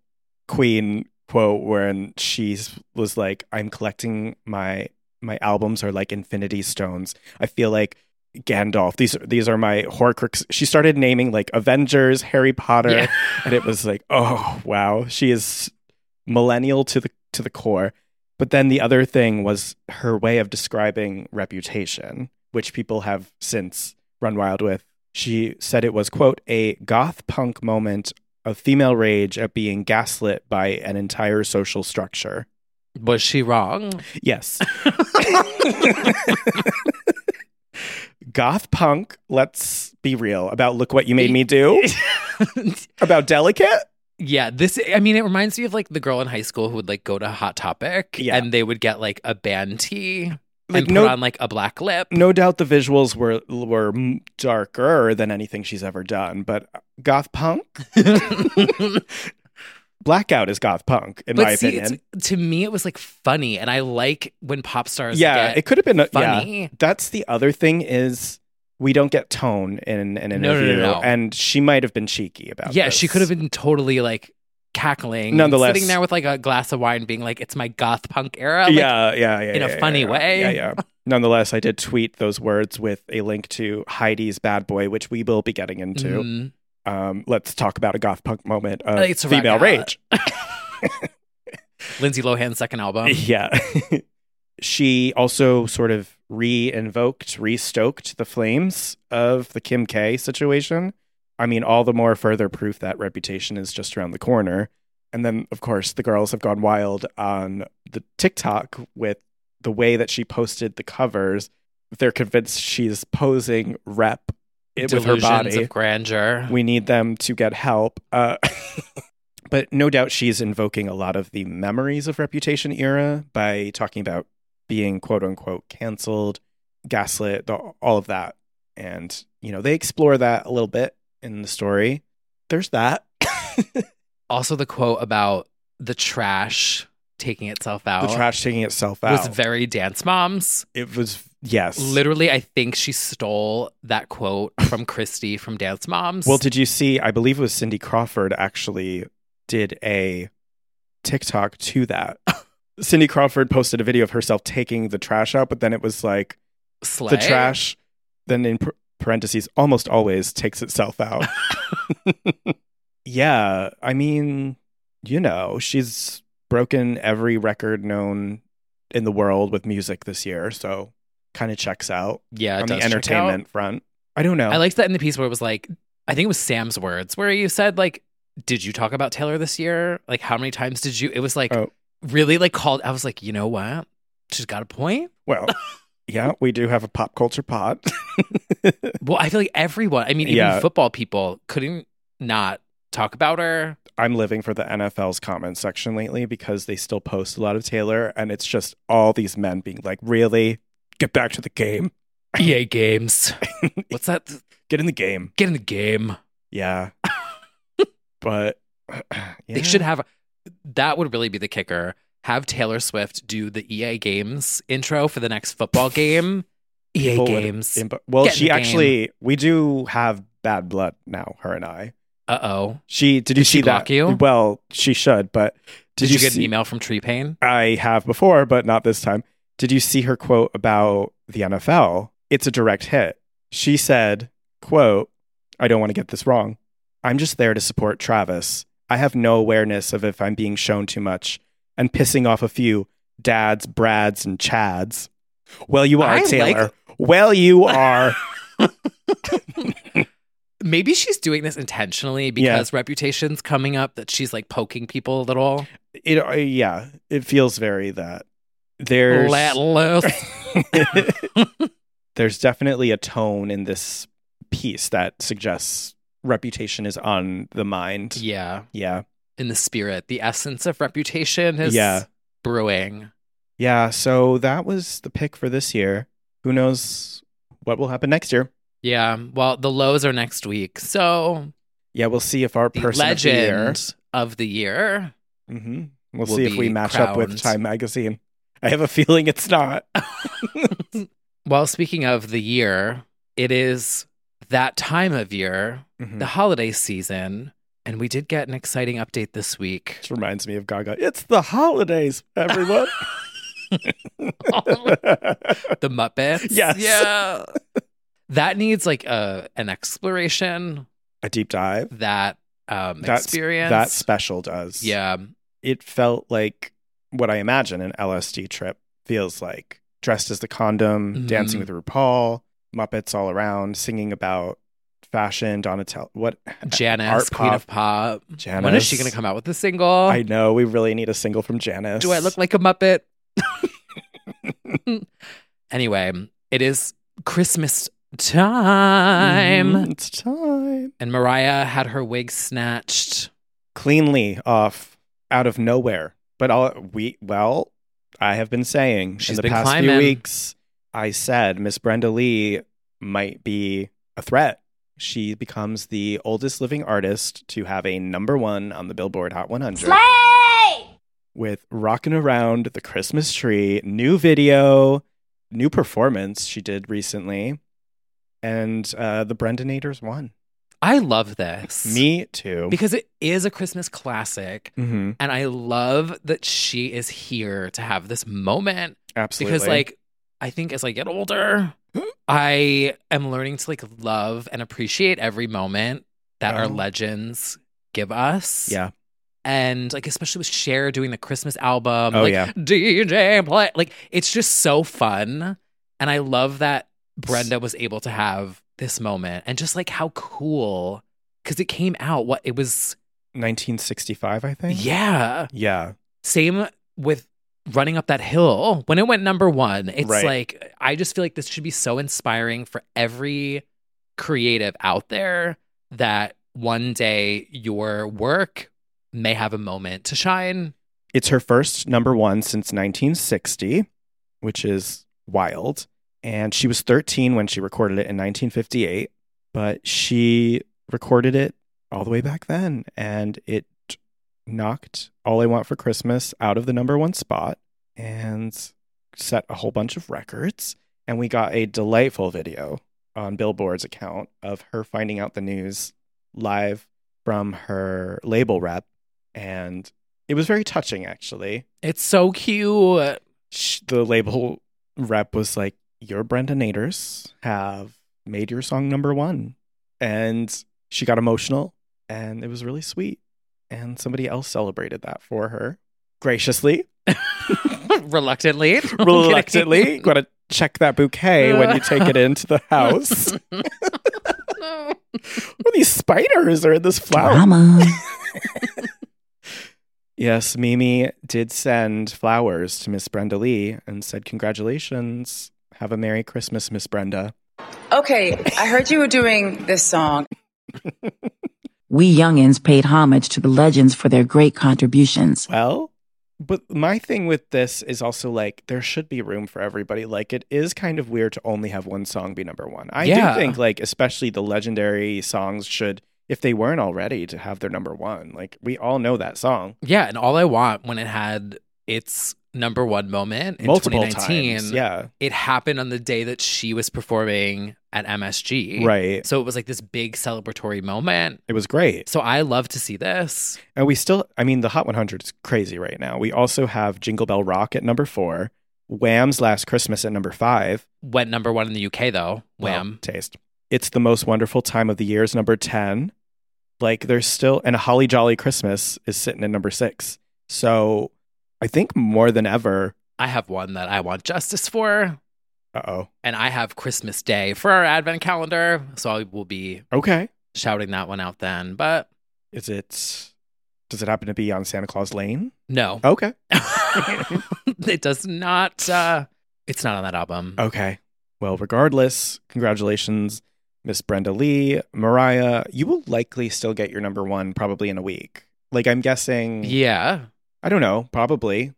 Speaker 2: queen quote when she was like, "I'm collecting my my albums are like infinity stones. I feel like Gandalf. These these are my Horcrux." She started naming like Avengers, Harry Potter,
Speaker 1: Yeah.
Speaker 2: and it was like, "Oh wow, she is millennial to the to the core." But then the other thing was her way of describing reputation, which people have since run wild with. She said it was, quote, a goth punk moment of female rage at being gaslit by an entire social structure.
Speaker 1: Was she wrong?
Speaker 2: Yes. goth punk, let's be real about Look What You Made Me Do, about Delicate.
Speaker 1: Yeah, this I mean it reminds me of like the girl in high school who would like go to Hot Topic
Speaker 2: Yeah.
Speaker 1: and they would get like a band tee
Speaker 2: Like,
Speaker 1: and put
Speaker 2: no-
Speaker 1: on like a black lip.
Speaker 2: no doubt the visuals were were m- darker than anything she's ever done, but goth punk Blackout is goth punk, in
Speaker 1: but
Speaker 2: my
Speaker 1: see,
Speaker 2: opinion.
Speaker 1: It's, to me, it was like funny, and I like when pop stars.
Speaker 2: Yeah,
Speaker 1: get
Speaker 2: it could have been a,
Speaker 1: funny.
Speaker 2: Yeah. That's the other thing is we don't get tone in, an
Speaker 1: No, no, no,
Speaker 2: interview,
Speaker 1: no.
Speaker 2: and she might have been cheeky about.
Speaker 1: Yeah, she
Speaker 2: this.
Speaker 1: could have been totally like cackling, and
Speaker 2: Nonetheless-
Speaker 1: sitting there with like a glass of wine, being like, "It's my goth punk era." Like,
Speaker 2: yeah, yeah, yeah,
Speaker 1: in a
Speaker 2: yeah,
Speaker 1: funny
Speaker 2: yeah,
Speaker 1: way.
Speaker 2: Yeah, yeah. Nonetheless, I did tweet those words with a link to Heidi's Bad Boy, which we will be getting into.
Speaker 1: mm,
Speaker 2: Um, let's talk about a goth punk moment of
Speaker 1: It's
Speaker 2: female
Speaker 1: rock out.
Speaker 2: rage.
Speaker 1: Lindsay Lohan's second album.
Speaker 2: yeah. she also sort of re invoked, re stoked the flames of the Kim K situation. I mean, all the more further proof that reputation is just around the corner. And then, of course, the girls have gone wild on the TikTok with the way that she posted the covers. They're convinced she's posing rep it, with her
Speaker 1: Delusions
Speaker 2: body
Speaker 1: of grandeur.
Speaker 2: we need them to get help. Uh, but no doubt she's invoking a lot of the memories of Reputation era by talking about being quote unquote canceled, gaslit, the, all of that. And, you know, they explore that a little bit in the story. There's that.
Speaker 1: also, the quote about the trash taking itself out.
Speaker 2: The trash taking itself out.
Speaker 1: was very dance moms.
Speaker 2: it was, yes.
Speaker 1: Literally, I think she stole that quote from Christy from Dance Moms.
Speaker 2: Well, did you see? I believe it was Cindy Crawford actually did a TikTok to that. Cindy Crawford posted a video of herself taking the trash out, but then it was like
Speaker 1: Slay?
Speaker 2: the trash, then in par- parentheses, almost always takes itself out. yeah. I mean, you know, she's broken every record known in the world with music this year. So kind of checks out
Speaker 1: Yeah, it
Speaker 2: on the
Speaker 1: does check
Speaker 2: entertainment front. I don't know.
Speaker 1: out. I liked that in the piece where it was like, I think it was Sam's words where you said like, "Did you talk about Taylor this year? Like, how many times did you?" It was like
Speaker 2: Oh.
Speaker 1: really like called. I was like, you know what? She's got a point.
Speaker 2: Well, yeah, we do have a pop culture pot.
Speaker 1: Well, I feel like everyone. I mean, even
Speaker 2: Yeah.
Speaker 1: football people couldn't not talk about her.
Speaker 2: I'm living for the NFL's comment section lately because they still post a lot of Taylor, and it's just all these men being like, really? Get back to the game.
Speaker 1: EA E games. What's that?
Speaker 2: Get in the game.
Speaker 1: Get in the game.
Speaker 2: Yeah. but yeah.
Speaker 1: They should have. That would really be the kicker. Have Taylor Swift do the EA Games intro for the next football game. EA
Speaker 2: People would
Speaker 1: Games.
Speaker 2: imp- well,
Speaker 1: Get in
Speaker 2: she
Speaker 1: the game.
Speaker 2: actually, we do have bad blood now, her and I.
Speaker 1: uh oh.
Speaker 2: She, did you
Speaker 1: Did she
Speaker 2: see
Speaker 1: block
Speaker 2: that?
Speaker 1: you?
Speaker 2: Well, she should, but
Speaker 1: Did, you, get
Speaker 2: see-
Speaker 1: an email from Tree Pain?
Speaker 2: I have before, but not this time. Did you see her quote about the NFL? It's a direct hit. She said, quote, I don't want to get this wrong. I'm just there to support Travis. I have no awareness of if I'm being shown too much and pissing off a few dads, brads, and chads. Well, you are,
Speaker 1: I like-
Speaker 2: Taylor. Well, you are.
Speaker 1: Maybe she's doing this intentionally because reputation's coming up that she's like poking people a little.
Speaker 2: it, uh, yeah, it feels very that. There's
Speaker 1: Let loose.
Speaker 2: there's definitely a tone in this piece that suggests reputation is on the mind.
Speaker 1: yeah.
Speaker 2: Yeah.
Speaker 1: In the spirit, the essence of reputation is
Speaker 2: Yeah.
Speaker 1: brewing.
Speaker 2: Yeah, So that was the pick for this year. Who knows what will happen next year?
Speaker 1: Yeah. Well, the lows are next week. So
Speaker 2: Yeah, we'll see if our
Speaker 1: the
Speaker 2: person of the year.
Speaker 1: legend of the year.
Speaker 2: Mhm. We'll
Speaker 1: will
Speaker 2: see if
Speaker 1: be
Speaker 2: we match up with
Speaker 1: crowned.
Speaker 2: Time Magazine. I have a feeling it's not.
Speaker 1: Well, speaking of the year, it is that time of year,
Speaker 2: Mhm.
Speaker 1: the holiday season. And we did get an exciting update this week.
Speaker 2: Which reminds me of Gaga. It's the holidays, everyone.
Speaker 1: The Muppets.
Speaker 2: Yes.
Speaker 1: Yeah. that needs like a an exploration,
Speaker 2: a deep dive.
Speaker 1: that um
Speaker 2: That's-
Speaker 1: experience.
Speaker 2: That special does.
Speaker 1: yeah.
Speaker 2: it felt like what I imagine an LSD trip feels like. Dressed as the condom,
Speaker 1: Mhm.
Speaker 2: dancing with RuPaul, Muppets all around, singing about fashion, Donatello. What?
Speaker 1: Janice,
Speaker 2: Art
Speaker 1: Queen
Speaker 2: pop.
Speaker 1: of Pop.
Speaker 2: Janice.
Speaker 1: Mm-hmm. When is she gonna come out with a single?
Speaker 2: I know we really need a single from Janice.
Speaker 1: Do I look like a Muppet? anyway, it is Christmas time.
Speaker 2: Mhm, It's time.
Speaker 1: And Mariah had her wig snatched.
Speaker 2: Cleanly off, out of nowhere. But all we well, I have been saying
Speaker 1: She's
Speaker 2: in the
Speaker 1: been
Speaker 2: past few
Speaker 1: climbing.
Speaker 2: weeks, I said Miss Brenda Lee might be a threat She becomes the oldest living artist to have a number one on the Billboard Hot 100. With Rockin' Around the Christmas Tree, new video, new performance she did recently. And uh, the Brendanators won.
Speaker 1: I love this.
Speaker 2: Me too.
Speaker 1: Because it is a Christmas classic.
Speaker 2: Mhm.
Speaker 1: And I love that she is here to have this moment.
Speaker 2: Absolutely.
Speaker 1: Because, like, I think as I get older, I am learning to, like, love and appreciate every moment that our
Speaker 2: Oh.
Speaker 1: legends give us.
Speaker 2: yeah.
Speaker 1: and like especially with Cher doing the Christmas album,
Speaker 2: Oh,
Speaker 1: like
Speaker 2: yeah.
Speaker 1: DJ play, like it's just so fun, and I love that Brenda was able to have this moment, and just like how cool because it came out what it was,
Speaker 2: 1965, I think.
Speaker 1: yeah,
Speaker 2: Yeah.
Speaker 1: same with running up that hill Oh, when it went number one. It's
Speaker 2: Right.
Speaker 1: like I just feel like this should be so inspiring for every creative out there that one day your work may have a moment to shine
Speaker 2: It's her first number one since 1960, which is wild. And she was 13 when she recorded it in 1958, but she recorded it all the way back then. And it knocked All I Want for Christmas out of the number one spot and set a whole bunch of records. And we got a delightful video on Billboard's account of her finding out the news live from her label rep. And it was very touching, actually.
Speaker 1: It's so cute.
Speaker 2: Sh the label rep was like, Your Brenda Naders have made your song number one. And she got emotional, and it was really sweet. And somebody else celebrated that for her graciously,
Speaker 1: Reluctantly.
Speaker 2: reluctantly. Got to check that bouquet when you take it into the house. What are these spiders are in this flower?
Speaker 4: Drama.
Speaker 2: Yes, Mimi did send flowers to Miss Brenda Lee and said, Congratulations. Have a Merry Christmas, Miss Brenda.
Speaker 4: Okay, I heard you were doing this song.
Speaker 5: We youngins paid homage to the legends for their great contributions.
Speaker 2: Well, but my thing with this is also like there should be room for everybody. Like it is kind of weird to only have one song be number one. I
Speaker 1: Yeah.
Speaker 2: do think like especially the legendary songs should, if they weren't already, to have their number one. Like we all know that song.
Speaker 1: Yeah, and all I want when it had its number one moment in
Speaker 2: Multiple
Speaker 1: 2019,
Speaker 2: times. Yeah.
Speaker 1: it happened on the day that she was performing at MSG.
Speaker 2: Right.
Speaker 1: So it was like this big celebratory moment.
Speaker 2: It was great.
Speaker 1: So I love to see this.
Speaker 2: And we still, I mean, the Hot 100 is crazy right now. We also have Jingle Bell Rock at number four, Wham's Last Christmas at number five.
Speaker 1: Went number one in the UK though.
Speaker 2: Well,
Speaker 1: Wham.
Speaker 2: taste. It's the most wonderful time of the year is number 10. Like there's still, and a Holly Jolly Christmas is sitting at number six. So I think more than ever,
Speaker 1: I have one that I want justice for.
Speaker 2: uh oh.
Speaker 1: And I have Christmas Day for our advent calendar. So I will be
Speaker 2: Okay.
Speaker 1: shouting that one out then. But
Speaker 2: Is it, does it happen to be on Santa Claus Lane?
Speaker 1: no.
Speaker 2: Okay. Oh.
Speaker 1: it does not uh it's not on that album
Speaker 2: Okay. Well, regardless, congratulations, Miss Brenda Lee. Mariah, you will likely still get your number one probably in a week. Like, I'm guessing,
Speaker 1: yeah
Speaker 2: I don't know, probably.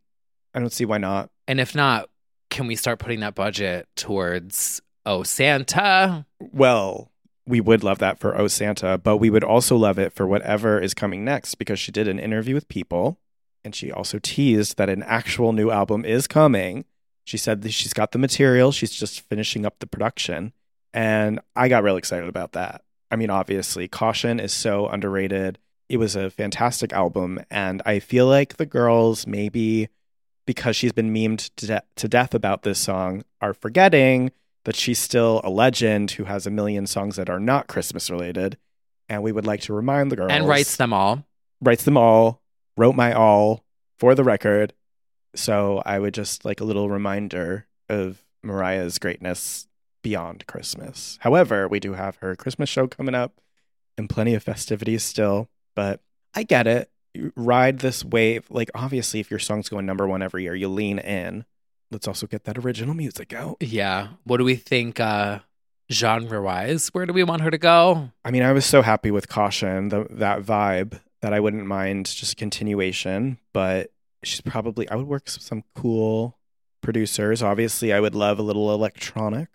Speaker 2: I don't see why not.
Speaker 1: and if not can we start putting that budget towards oh santa
Speaker 2: Well, we would love that for Oh Santa, but we would also love it for whatever is coming next because she did an interview with People and she also teased that an actual new album is coming. She said that she's got the material, she's just finishing up the production. And I got real excited about that. I mean, obviously, Caution is so underrated. It was a fantastic album. And I feel like the girls, maybe because she's been memed to, de- to death about this song, are forgetting that she's still a legend who has a million songs that are not Christmas related. And we would like to remind the girls
Speaker 1: and writes them all
Speaker 2: writes them all, wrote my all for the record. So I would just like a little reminder of Mariah's greatness beyond Christmas. However, we do have her Christmas show coming up and plenty of festivities still, but I get it. You Ride this wave. Like, obviously, if your song's going number one every year, you lean in. Let's also get that original music out.
Speaker 1: yeah what do we think uh genre wise where do we want her to go
Speaker 2: I mean, I was so happy with Caution, the, that vibe, that I wouldn't mind just a continuation. But she's probably, I would work with some cool producers. Obviously, I would love a little electronic.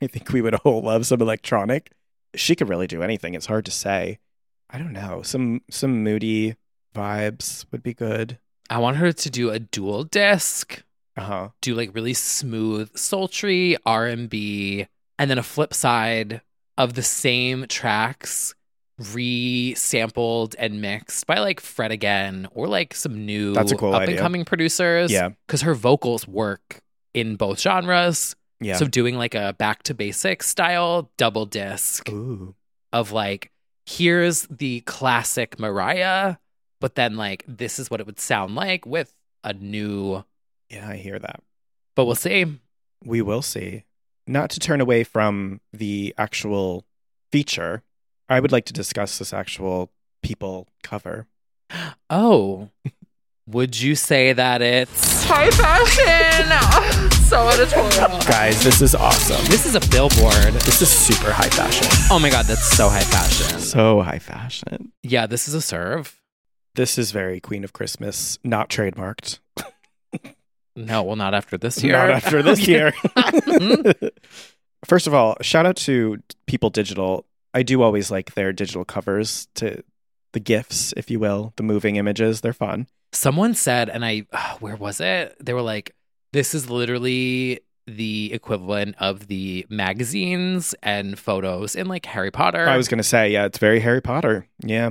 Speaker 2: I think we would all love some electronic. she could really do anything. It's hard to say. I don't know. Some some moody vibes would be good.
Speaker 1: I want her to do a dual disc,
Speaker 2: Uh huh.
Speaker 1: do like really smooth, sultry R and B, and then a flip side of the same tracks resampled and mixed by like Fred again or like some new
Speaker 2: That's a cool
Speaker 1: up and
Speaker 2: idea.
Speaker 1: coming producers.
Speaker 2: Yeah.
Speaker 1: Because her vocals work in both genres.
Speaker 2: Yeah.
Speaker 1: So doing like a back to basics style double disc
Speaker 2: Ooh.
Speaker 1: of like, here's the classic Mariah, but then like this is what it would sound like with a new.
Speaker 2: Yeah, I hear that.
Speaker 1: But we'll see.
Speaker 2: We will see. Not to turn away from the actual feature, I would like to discuss this actual people cover.
Speaker 1: Oh, would you say that it's
Speaker 6: High fashion. so editorial.
Speaker 2: Guys, this is awesome.
Speaker 1: this is a billboard?
Speaker 2: This is super high fashion.
Speaker 1: Oh my god, that's so high fashion.
Speaker 2: So high fashion.
Speaker 1: Yeah, this is a serve.
Speaker 2: This is very Queen of Christmas, not trademarked.
Speaker 1: No, well, not after this year.
Speaker 2: Not after this year. First of all, shout out to People Digital. I do always like their digital covers to the gifs, if you will, the moving images. They're fun.
Speaker 1: Someone said, and I, ah, where was it? They were like, this is literally the equivalent of the magazines and photos in like Harry Potter.
Speaker 2: I was going to say, yeah, it's very Harry Potter. Yeah.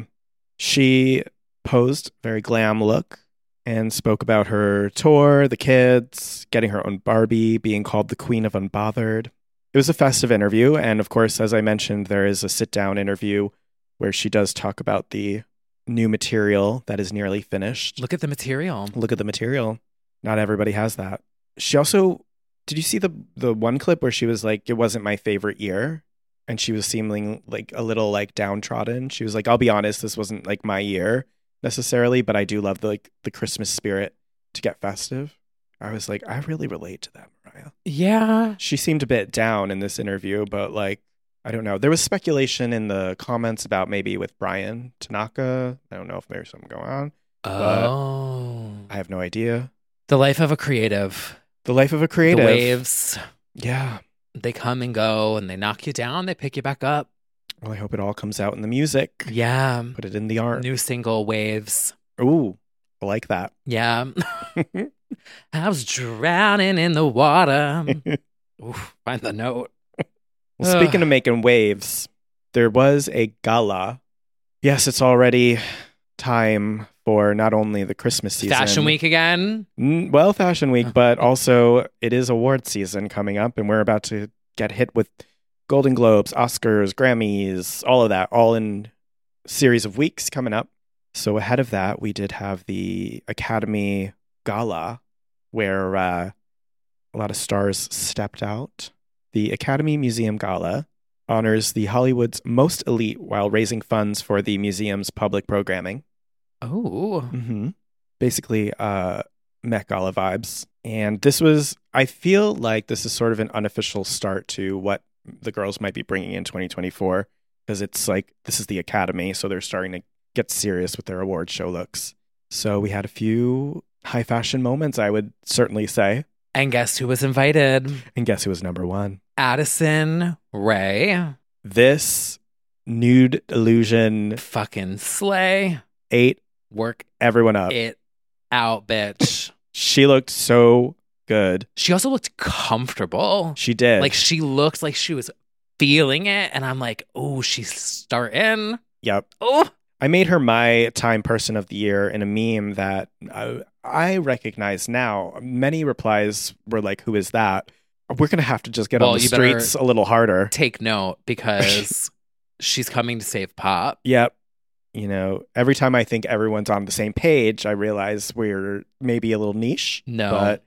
Speaker 2: She posed very glam look and spoke about her tour, the kids, getting her own Barbie, being called the Queen of Unbothered. It was a festive interview. And of course, as I mentioned, there is a sit down interview where she does talk about the new material that is nearly finished.
Speaker 1: Look at the material.
Speaker 2: look at the material. Not everybody has that. She also did you see the the one clip where she was like, "It wasn't my favorite year," and she was seeming like a little like downtrodden. She was like, "I'll be honest, this wasn't like my year necessarily, but I do love the like the Christmas spirit to get festive." I was like, I really relate to that, Mariah.
Speaker 1: Yeah.
Speaker 2: She seemed a bit down in this interview, but like, I don't know. There was speculation in the comments about maybe with Brian Tanaka. I don't know if there's something going on.
Speaker 1: Oh.
Speaker 2: I have no idea.
Speaker 1: The life of a creative.
Speaker 2: The life of a
Speaker 1: The
Speaker 2: creative.
Speaker 1: waves,
Speaker 2: Yeah.
Speaker 1: they come and go and they knock you down, they pick you back up.
Speaker 2: Well, I hope it all comes out in the music.
Speaker 1: Yeah.
Speaker 2: Put it in the art.
Speaker 1: New single, Waves.
Speaker 2: Ooh, I like that.
Speaker 1: Yeah. I was drowning in the water. Oof, find the note.
Speaker 2: Well, speaking of making waves, there was a gala. Yes, it's already time for not only the Christmas season,
Speaker 1: Fashion Week again.
Speaker 2: N- well, Fashion Week, but also it is award season coming up, and we're about to get hit with Golden Globes, Oscars, Grammys, all of that, all in series of weeks coming up. So ahead of that, we did have the Academy Gala, where uh, a lot of stars stepped out. The Academy Museum Gala honors the Hollywood's most elite while raising funds for the museum's public programming.
Speaker 1: Oh.
Speaker 2: Mm-hmm. Basically, uh, Met Gala vibes. And this was, I feel like this is sort of an unofficial start to what the girls might be bringing in 2024 because it's like this is the academy. So they're starting to get serious with their award show looks. So we had a few high fashion moments, I would certainly say.
Speaker 1: And guess who was invited?
Speaker 2: And guess who was number one?
Speaker 1: Addison Ray.
Speaker 2: This nude illusion
Speaker 1: Fucking slay.
Speaker 2: ate
Speaker 1: Work
Speaker 2: everyone up.
Speaker 1: it out, bitch.
Speaker 2: She looked so good.
Speaker 1: she also looked comfortable.
Speaker 2: She did.
Speaker 1: Like she looked like she was feeling it. And I'm like, oh, she's starting.
Speaker 2: yep.
Speaker 1: Oh.
Speaker 2: I made her my time person of the year in a meme that uh, I recognize now. Many replies were like, "Who is that?" We're gonna have to just get
Speaker 1: Well,
Speaker 2: on the
Speaker 1: you better-
Speaker 2: streets a little harder.
Speaker 1: Take note because she's coming to save pop.
Speaker 2: Yep. You know, every time I think everyone's on the same page, I realize we're maybe a little niche.
Speaker 1: No.
Speaker 2: but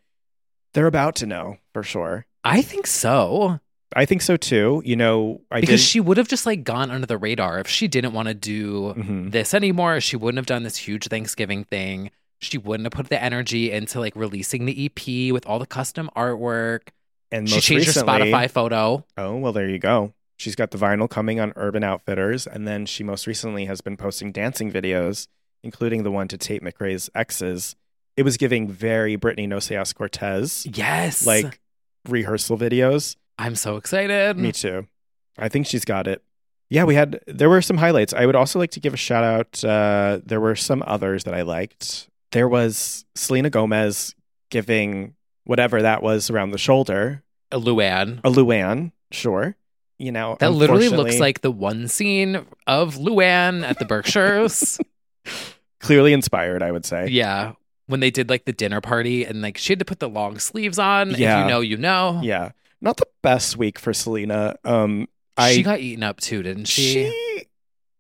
Speaker 2: they're about to know for sure.
Speaker 1: I think so.
Speaker 2: I think so too. You know, I
Speaker 1: because
Speaker 2: did.
Speaker 1: she would have just like gone under the radar if she didn't want to do
Speaker 2: Mhm.
Speaker 1: this anymore. She wouldn't have done this huge Thanksgiving thing. She wouldn't have put the energy into like releasing the EP with all the custom artwork.
Speaker 2: and
Speaker 1: she
Speaker 2: most
Speaker 1: changed her
Speaker 2: recently-
Speaker 1: Spotify photo.
Speaker 2: Oh, well, there you go. She's got the vinyl coming on Urban Outfitters, and then she most recently has been posting dancing videos, including the one to Tate McRae's exes. It was giving very Britney Nocias Cortez
Speaker 1: Yes,
Speaker 2: like rehearsal videos.
Speaker 1: I'm so excited.
Speaker 2: Me too. I think she's got it. yeah, we had there were some highlights. I would also like to give a shout out. Uh, there were some others that I liked. There was Selena Gomez giving whatever that was around the shoulder.
Speaker 1: A Luann.
Speaker 2: A Luann, sure. You know
Speaker 1: That literally looks
Speaker 2: unfortunately-
Speaker 1: like the one scene of Luann at the Berkshires.
Speaker 2: clearly inspired. I would say.
Speaker 1: yeah. When they did like the dinner party and like she had to put the long sleeves on. If
Speaker 2: Yeah.
Speaker 1: you know, you know.
Speaker 2: Yeah. Not the best week for Selena. Um, I
Speaker 1: She got eaten up too, didn't she?
Speaker 2: she-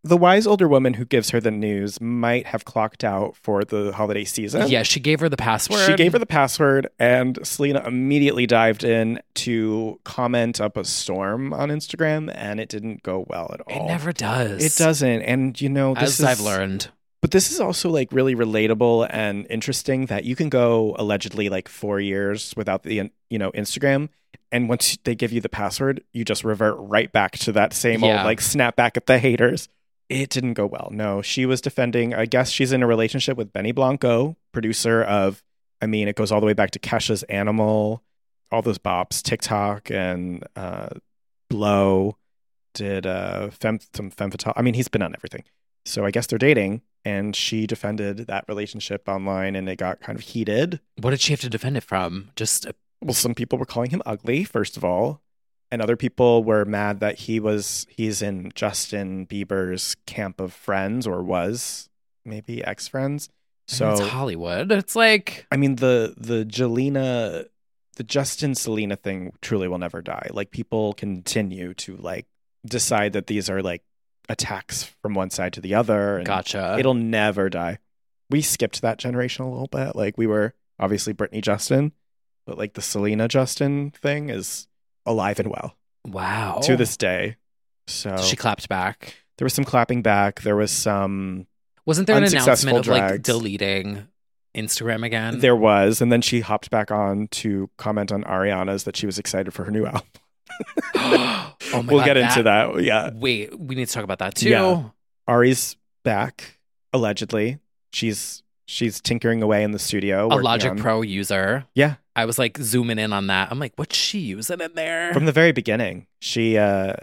Speaker 2: the wise older woman who gives her the news might have clocked out for the holiday season.
Speaker 1: yeah, she gave her the password.
Speaker 2: She gave her the password, and Selena immediately dived in to comment up a storm on Instagram, and it didn't go well at
Speaker 1: It
Speaker 2: all.
Speaker 1: never does.
Speaker 2: Oh. It doesn't. And, you know,
Speaker 1: As
Speaker 2: this
Speaker 1: I've
Speaker 2: is-
Speaker 1: learned.
Speaker 2: But this is also like really relatable and interesting that you can go allegedly like four years without the, you know, Instagram. And once they give you the password, you just revert right back to that same
Speaker 1: Yeah.
Speaker 2: old like snap back at the haters. It didn't go well. No, she was defending. I guess she's in a relationship with Benny Blanco, producer of, I mean, it goes all the way back to Kesha's Animal, all those bops, TikTok and uh, Blow did uh, fem- some femme fatale. I mean, he's been on everything. So I guess they're dating, and she defended that relationship online, and it got kind of heated.
Speaker 1: What did she have to defend it from? Just uh,
Speaker 2: Well, some people were calling him ugly, first of all, and other people were mad that he was he's in Justin Bieber's camp of friends, or was maybe ex friends.
Speaker 1: so it's
Speaker 2: So
Speaker 1: Hollywood. It's like
Speaker 2: I mean the the Jelena the Justin Selena thing truly will never die. Like people continue to like decide that these are like attacks from one side to the other and
Speaker 1: gotcha.
Speaker 2: it'll never die. We skipped that generation a little bit. Like we were obviously Britney Justin, but like the Selena Justin thing is alive and well
Speaker 1: wow.
Speaker 2: to this day. So
Speaker 1: Oh. she clapped back.
Speaker 2: there was some clapping back. There was some
Speaker 1: Wasn't there an announcement
Speaker 2: Unsuccessful
Speaker 1: of like
Speaker 2: drags. deleting
Speaker 1: deleting Instagram again?
Speaker 2: there was, and then she hopped back on to comment on Ariana's that she was excited for her new album.
Speaker 1: oh my
Speaker 2: we'll
Speaker 1: God,
Speaker 2: get into that. Yeah.
Speaker 1: Wait, we need to talk about that too.
Speaker 2: Yeah. Ari's back, allegedly. She's she's tinkering away in the studio.
Speaker 1: A
Speaker 2: working
Speaker 1: Logic
Speaker 2: on-
Speaker 1: Pro user.
Speaker 2: Yeah.
Speaker 1: I was like zooming in on that. I'm like, what's she using in there?
Speaker 2: From the very beginning. She uh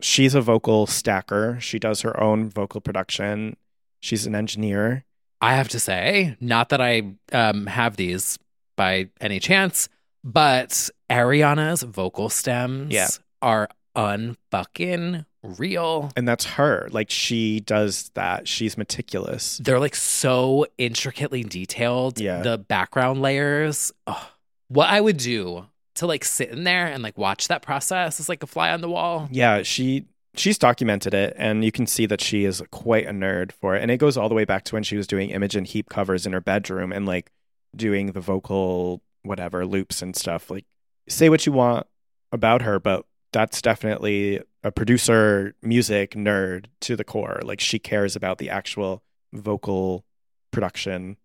Speaker 2: she's a vocal stacker. She does her own vocal production. She's an engineer.
Speaker 1: I have to say, not that I um, have these by any chance, but Ariana's vocal stems
Speaker 2: Yeah.
Speaker 1: are unfucking real.
Speaker 2: And that's her. Like she does that. She's meticulous.
Speaker 1: They're like so intricately detailed.
Speaker 2: Yeah.
Speaker 1: The background layers. Ugh. What I would do to like sit in there and like watch that process is like a fly on the wall.
Speaker 2: Yeah, she she's documented it and you can see that she is quite a nerd for it. And it goes all the way back to when she was doing Imogen Heap covers in her bedroom and like doing the vocal whatever loops and stuff. Like say what you want about her, but that's definitely a producer, music nerd to the core. Like she cares about the actual vocal production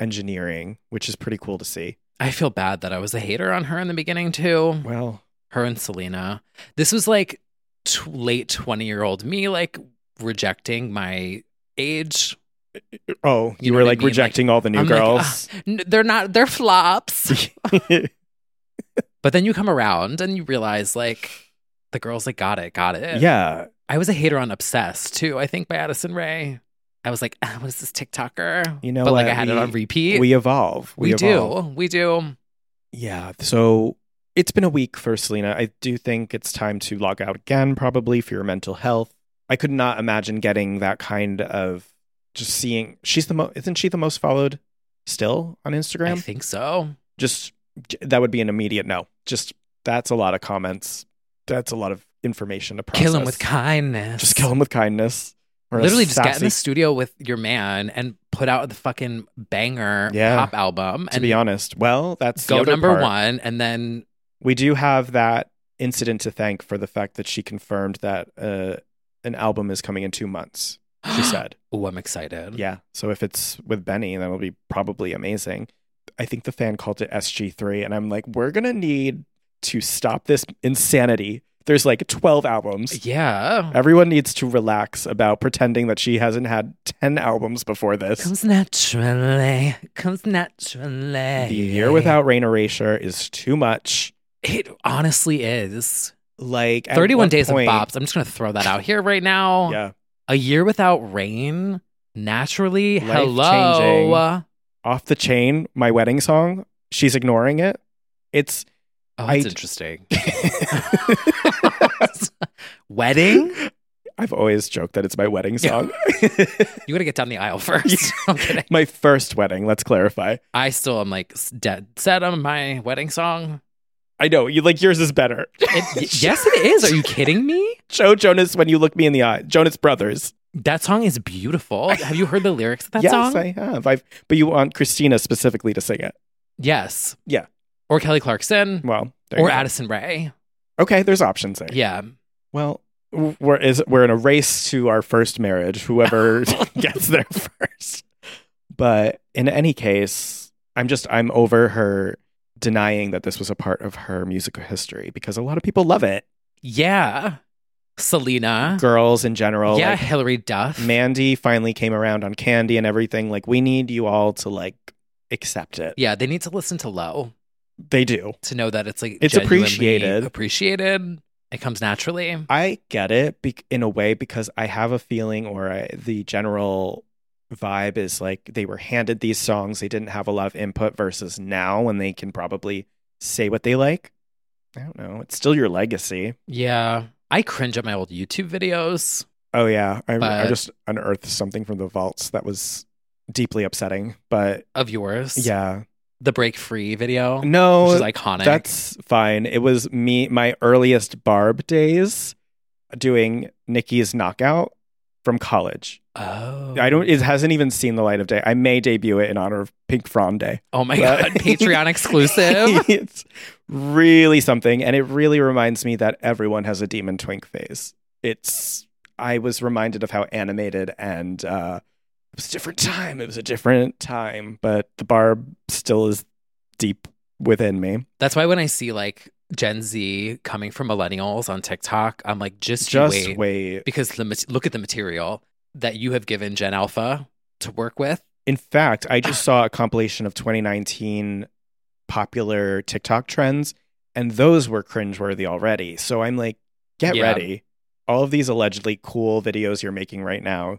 Speaker 2: engineering, which is pretty cool to see.
Speaker 1: I feel bad that I was a hater on her in the beginning too.
Speaker 2: Well,
Speaker 1: Her and Selena. This was like t- late 20 year old me, like rejecting my age.
Speaker 2: oh, you,
Speaker 1: You know what I
Speaker 2: were like
Speaker 1: mean? Like,
Speaker 2: rejecting all the new
Speaker 1: I'm like,
Speaker 2: girls.
Speaker 1: N- they're not, they're flops. "Ah." but then you come around and you realize like the girls like got it, got it.
Speaker 2: yeah.
Speaker 1: I was a hater on Obsessed too, I think by Addison Ray. I was like, ah, what is this TikToker?
Speaker 2: You know
Speaker 1: but like
Speaker 2: what?
Speaker 1: I had it
Speaker 2: We-
Speaker 1: on repeat.
Speaker 2: We evolve. We,
Speaker 1: We
Speaker 2: evolve.
Speaker 1: do. We do.
Speaker 2: Yeah. So it's been a week for Selena. I do think it's time to log out again, probably for your mental health. I could not imagine getting that kind of just seeing. She's the most. Isn't she the most followed still on Instagram?
Speaker 1: I think so.
Speaker 2: just that would be an immediate no. Just that's a lot of comments. That's a lot of information to process.
Speaker 1: Kill him with kindness.
Speaker 2: Just kill him with kindness. Or a
Speaker 1: Literally, just get in the
Speaker 2: sassy-
Speaker 1: studio with your man and put out the fucking banger
Speaker 2: Yeah.
Speaker 1: pop album
Speaker 2: To
Speaker 1: and
Speaker 2: be honest, well, that's the
Speaker 1: go
Speaker 2: other
Speaker 1: number
Speaker 2: part.
Speaker 1: one. And then
Speaker 2: We do have that incident to thank for the fact that she confirmed that uh, an album is coming in two months. She said,
Speaker 1: "Oh, I'm excited."
Speaker 2: "Yeah." So if it's with Benny, that'll be probably amazing. I think the fan called it SG3, and I'm like, we're gonna need to stop this insanity. There's like 12 albums.
Speaker 1: yeah.
Speaker 2: Everyone needs to relax about pretending that she hasn't had 10 albums before this.
Speaker 1: Comes naturally. Comes naturally.
Speaker 2: The year without Rain Erasure is too much.
Speaker 1: it honestly is.
Speaker 2: Like at
Speaker 1: 31
Speaker 2: what
Speaker 1: Days
Speaker 2: point-
Speaker 1: of Bops. I'm just going to throw that out here right now.
Speaker 2: Yeah.
Speaker 1: A year without rain, naturally.
Speaker 2: Life-changing.
Speaker 1: Hello. Oh,
Speaker 2: Off the chain, my wedding song. She's ignoring it. It's
Speaker 1: Oh, that's
Speaker 2: I-
Speaker 1: interesting. Wedding?
Speaker 2: I've always joked that it's my wedding
Speaker 1: Yeah.
Speaker 2: song.
Speaker 1: You got to get down the aisle first. I'm kidding.
Speaker 2: my first wedding, let's clarify.
Speaker 1: I still am like s- dead set on my wedding song.
Speaker 2: I know, you like yours is better.
Speaker 1: It, y- yes, it is. Are you kidding me?
Speaker 2: Joe Jonas when you look me in the eye. Jonas Brothers.
Speaker 1: That song is beautiful. Have you heard the lyrics of that
Speaker 2: yes,
Speaker 1: song?
Speaker 2: I have. I've but you want Christina specifically to sing it.
Speaker 1: Yes.
Speaker 2: Yeah.
Speaker 1: Or Kelly Clarkson
Speaker 2: Well, there
Speaker 1: or
Speaker 2: you go.
Speaker 1: Addison Ray.
Speaker 2: Okay, there's options there.
Speaker 1: Yeah.
Speaker 2: Well, w- we're is we're in a race to our first marriage. Whoever gets there first. But in any case, I'm just I'm over her denying that this was a part of her musical history because a lot of people love it.
Speaker 1: Yeah. Selena.
Speaker 2: Girls in general.
Speaker 1: Uh-huh. yeah.
Speaker 2: like,
Speaker 1: Hillary Duff.
Speaker 2: Mandy finally came around on Candy and everything. Like we need you all to like accept it.
Speaker 1: Yeah. They need to listen to Low
Speaker 2: They do.
Speaker 1: to know that it's like
Speaker 2: It's
Speaker 1: genuinely
Speaker 2: appreciated.
Speaker 1: Appreciated. It comes naturally.
Speaker 2: I get it bec in a way because I have a feeling, or I, the general vibe is like they were handed these songs, they didn't have a lot of input versus now when they can probably say what they like. I don't know. It's still your legacy.
Speaker 1: Yeah. I cringe at my old YouTube videos.
Speaker 2: Oh, yeah. I, I
Speaker 1: But-
Speaker 2: just unearthed something from the vaults that was deeply upsetting, but
Speaker 1: Of yours,
Speaker 2: yeah.
Speaker 1: the break free video,
Speaker 2: No,
Speaker 1: which is iconic.
Speaker 2: That's fine. It was me, my earliest Barb days doing Nikki's knockout from college.
Speaker 1: oh,
Speaker 2: I don't, it hasn't even seen the light of day. I may debut it in honor of Pink Frond Day.
Speaker 1: Oh my
Speaker 2: but-
Speaker 1: god, Patreon exclusive.
Speaker 2: it's really something. And it really reminds me that everyone has a demon twink phase. It's, I was reminded of how animated and, uh, it was a different time. It was a different time, but the Barb still is deep within me.
Speaker 1: That's why when I see like Gen Z coming from millennials on TikTok, I'm like, just, you
Speaker 2: Just
Speaker 1: wait,
Speaker 2: wait.
Speaker 1: because the mat- look at the material that you have given Gen Alpha to work with.
Speaker 2: In fact, I just saw a compilation of 2019 popular TikTok trends, and those were cringeworthy already. So I'm like, get
Speaker 1: Yeah.
Speaker 2: ready. All of these allegedly cool videos you're making right now,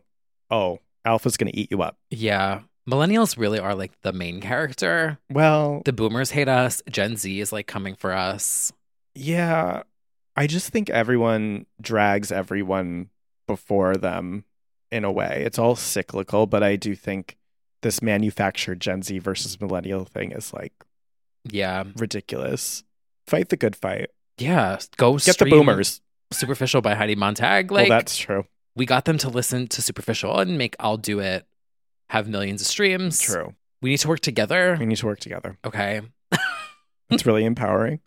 Speaker 2: oh, Alpha's going to eat you up.
Speaker 1: Yeah, millennials really are like the main character.
Speaker 2: Well,
Speaker 1: The boomers hate us. Gen Z is like coming for us.
Speaker 2: yeah, I just think everyone drags everyone before them in a way. It's all cyclical, but I do think this manufactured Gen Z versus millennial thing is like
Speaker 1: Yeah,
Speaker 2: ridiculous. Fight the good fight.
Speaker 1: yeah. Go
Speaker 2: Get the
Speaker 1: stream
Speaker 2: boomers.
Speaker 1: Superficial by Heidi Montag. Like
Speaker 2: well, that's true.
Speaker 1: we got them to listen to Superficial and make I'll Do It have millions of streams.
Speaker 2: True.
Speaker 1: We need to work together.
Speaker 2: We need to work together.
Speaker 1: Okay. Hmm.
Speaker 2: It's really empowering.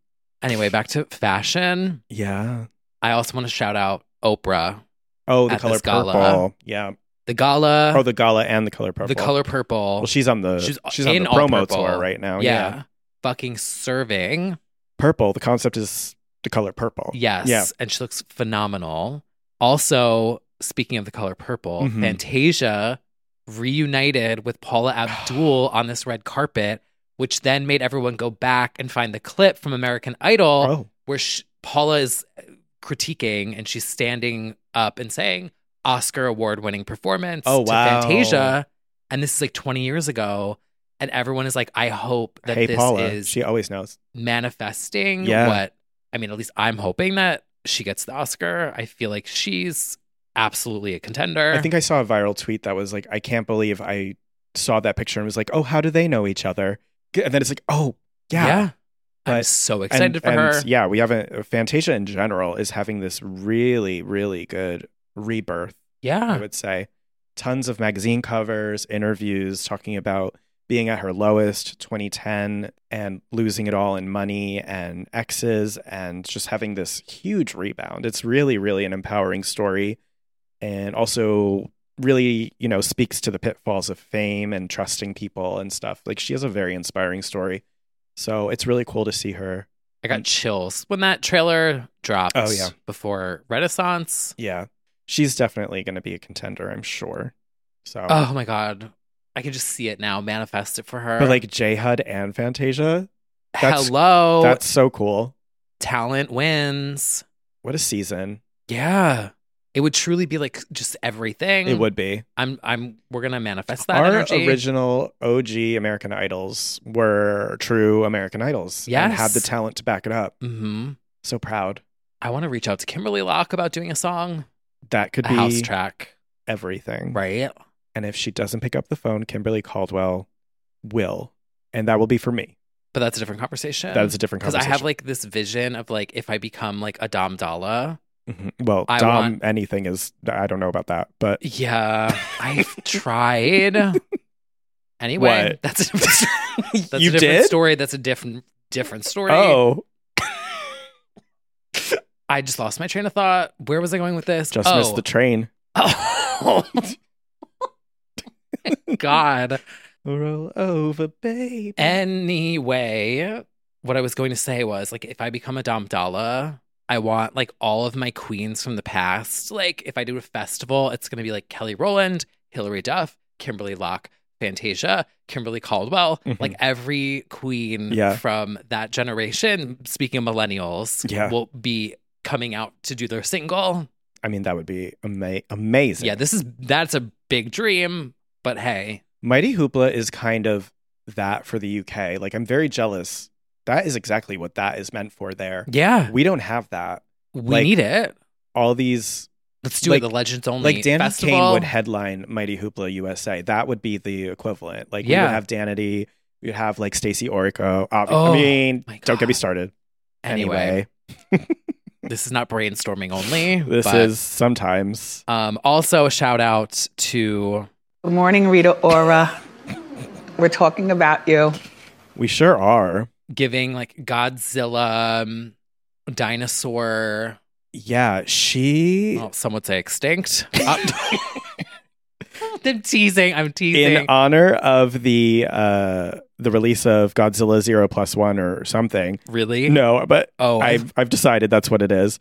Speaker 1: Anyway, back to fashion.
Speaker 2: Yeah.
Speaker 1: I also want to shout out Oprah.
Speaker 2: Oh, the
Speaker 1: At
Speaker 2: color
Speaker 1: this gala.
Speaker 2: purple. Yeah.
Speaker 1: The gala,
Speaker 2: Oh, the gala and the color purple.
Speaker 1: the color purple.
Speaker 2: Well, oh, she's on the she's,
Speaker 1: She's
Speaker 2: on
Speaker 1: in
Speaker 2: the
Speaker 1: all
Speaker 2: promo
Speaker 1: purple.
Speaker 2: tour right now.
Speaker 1: yeah. Fucking serving.
Speaker 2: Purple. The concept is the color purple.
Speaker 1: Yes.
Speaker 2: Oh, Yeah.
Speaker 1: And she looks phenomenal. Also, speaking of the color purple,
Speaker 2: Mhm.
Speaker 1: Fantasia reunited with Paula Abdul on this red carpet, which then made everyone go back and find the clip from American Idol.
Speaker 2: Oh.
Speaker 1: where sh Paula is uh, critiquing and she's standing up and saying Oscar award winning performance
Speaker 2: Oh, wow.
Speaker 1: to Fantasia. And this is like 20 years ago. And everyone is like, I hope that
Speaker 2: hey
Speaker 1: this
Speaker 2: Paula.
Speaker 1: is
Speaker 2: She always knows.
Speaker 1: manifesting
Speaker 2: Yeah.
Speaker 1: what I mean, at least I'm hoping that she gets the Oscar. I feel like she's absolutely a contender.
Speaker 2: I think I saw a viral tweet that was like, I can't believe I saw that picture and was like, oh, how do they know each other? G- And then it's like, oh, yeah.
Speaker 1: I'm
Speaker 2: But-
Speaker 1: so
Speaker 2: And-
Speaker 1: excited for
Speaker 2: and
Speaker 1: her.
Speaker 2: Yeah, we haven't. Fantasia in general is having this really, really good rebirth. I
Speaker 1: Yeah.
Speaker 2: would say. Tons of magazine covers, interviews talking about being at her lowest 2010 and losing it all in money and exes and just having this huge rebound. It's really, really an empowering story and also really, you know, speaks to the pitfalls of fame and trusting people and stuff. Like she has a very inspiring story. So it's really cool to see her.
Speaker 1: I got chills when that trailer dropped
Speaker 2: Oh, yeah.
Speaker 1: before Renaissance.
Speaker 2: Yeah. She's definitely going to be a contender, I'm sure. So
Speaker 1: Oh my god. I can just see it now, manifest it for her.
Speaker 2: But like J HUD and Fantasia, that's-
Speaker 1: hello,
Speaker 2: That's so cool.
Speaker 1: talent wins.
Speaker 2: What a season.
Speaker 1: Yeah. It would truly be like just everything.
Speaker 2: It would be.
Speaker 1: I'm I'm we're gonna manifest Mm, that
Speaker 2: Our
Speaker 1: energy.
Speaker 2: original OG American Idols were true American Idols. And
Speaker 1: Yes.
Speaker 2: had the talent to back it up.
Speaker 1: hmm
Speaker 2: So proud.
Speaker 1: I want to reach out to Kimberly Locke about doing a song,
Speaker 2: That could
Speaker 1: a
Speaker 2: be
Speaker 1: house track,
Speaker 2: everything.
Speaker 1: right?
Speaker 2: And if she doesn't pick up the phone, Kimberly Caldwell will. And that will be for me.
Speaker 1: But that's a different conversation.
Speaker 2: That is a different
Speaker 1: Because I have
Speaker 2: conversation.
Speaker 1: like this vision of like if I become like a Dom Dalla.
Speaker 2: Mhm. Well,
Speaker 1: I
Speaker 2: Dom,
Speaker 1: want-
Speaker 2: anything is, I don't know about that, but
Speaker 1: Yeah, I've tried. Anyway,
Speaker 2: What?
Speaker 1: that's a different, that's a
Speaker 2: You
Speaker 1: different
Speaker 2: did?
Speaker 1: story. That's a different different story.
Speaker 2: oh,
Speaker 1: I just lost my train of thought. Where was I going with this?
Speaker 2: just
Speaker 1: oh.
Speaker 2: missed the train.
Speaker 1: Oh. God.
Speaker 2: Roll over, baby.
Speaker 1: Anyway, what I was going to say was like if I become a Domdala, I want like all of my queens from the past. Like if I do a festival, it's gonna be like Kelly Rowland, Hilary Duff, Kimberly Locke, Fantasia, Kimberly Caldwell,
Speaker 2: Mhm.
Speaker 1: like every queen
Speaker 2: Yeah.
Speaker 1: from that generation, speaking of millennials,
Speaker 2: Yeah.
Speaker 1: will be coming out to do their single.
Speaker 2: I mean, that would be ama- amazing.
Speaker 1: Yeah, this is that's a big dream, but hey,
Speaker 2: Mighty Hoopla is kind of that for the UK. Like, I'm very jealous. That is exactly what that is meant for there.
Speaker 1: yeah,
Speaker 2: We don't have that.
Speaker 1: we
Speaker 2: like-
Speaker 1: need it.
Speaker 2: All these,
Speaker 1: Let's do it.
Speaker 2: like-
Speaker 1: The Legends Only
Speaker 2: like Danny
Speaker 1: festival.
Speaker 2: Kane would headline Mighty Hoopla USA. That would be the equivalent. Like, we
Speaker 1: Yeah.
Speaker 2: would have Danity, we would have like Stacey Orico. Obvi-
Speaker 1: Oh,
Speaker 2: I mean,
Speaker 1: my
Speaker 2: don't get me
Speaker 1: God.
Speaker 2: started.
Speaker 1: Anyway, this is not brainstorming only.
Speaker 2: this
Speaker 1: but,
Speaker 2: is sometimes.
Speaker 1: um, also a shout out to
Speaker 6: Good morning, Rita Ora. We're talking about you.
Speaker 2: We sure are.
Speaker 1: giving like Godzilla, um, dinosaur.
Speaker 2: Yeah, she
Speaker 1: Well, some would say extinct. Uh, I'm teasing. I'm teasing.
Speaker 2: in honor of the uh the release of Godzilla Zero Plus One or something.
Speaker 1: really?
Speaker 2: No, but
Speaker 1: Oh,
Speaker 2: I've I've decided that's what it is.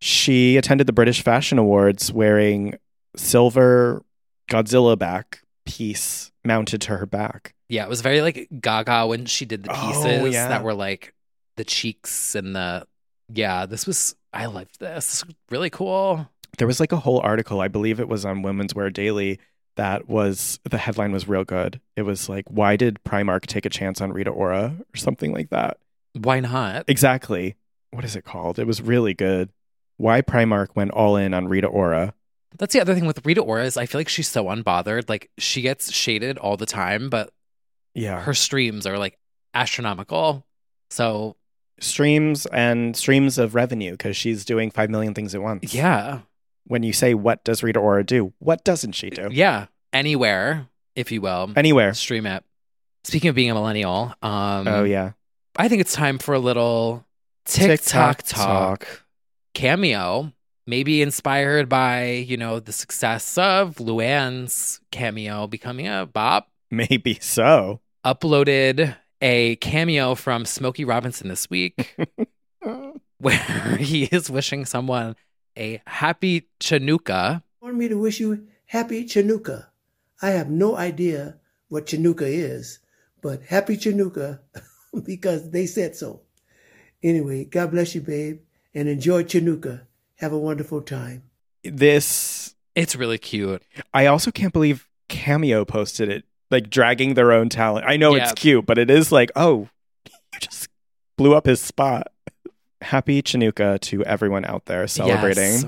Speaker 2: She attended the British Fashion Awards wearing silver Godzilla back piece mounted to her back.
Speaker 1: yeah. It was very like Gaga when she did the
Speaker 2: Oh,
Speaker 1: pieces
Speaker 2: yeah.
Speaker 1: that were like the cheeks and the. Yeah, this was. I loved this. Really cool.
Speaker 2: There was like a whole article, I believe it was on Women's Wear Daily, that was the headline was real good. It was like, why did Primark take a chance on Rita Ora or something like that?
Speaker 1: Why not?
Speaker 2: Exactly. What is it called? It was really good. Why Primark went all in on Rita Ora.
Speaker 1: That's the other thing with Rita Ora is I feel like she's so unbothered. Like she gets shaded all the time, but
Speaker 2: Yeah. Her
Speaker 1: her streams are like astronomical. So
Speaker 2: streams and streams of revenue because she's doing 5 million things at once.
Speaker 1: yeah,
Speaker 2: When you say, what does Rita Ora do? What doesn't she do?
Speaker 1: yeah, anywhere, if you will,
Speaker 2: Anywhere.
Speaker 1: stream it. Speaking of being a millennial, um,
Speaker 2: oh, yeah.
Speaker 1: I think it's time for a little TikTok, talk. cameo, maybe inspired by you know the success of Luann's cameo becoming a bop.
Speaker 2: Maybe so.
Speaker 1: uploaded a cameo from Smokey Robinson this week where he is wishing someone a happy Chanukah.
Speaker 7: want me to wish you happy Chanukah. I have no idea what Chanukah is, but happy Chanukah because they said so. Anyway, God bless you, babe, and enjoy Chanukah. Have a wonderful time.
Speaker 2: This,
Speaker 1: It's really cute.
Speaker 2: I also can't believe Cameo posted it, like dragging their own talent. I know
Speaker 1: Yeah.
Speaker 2: it's cute, but it is like, oh, you just blew up his spot. Happy Chinooka to everyone out there celebrating.
Speaker 1: Yes.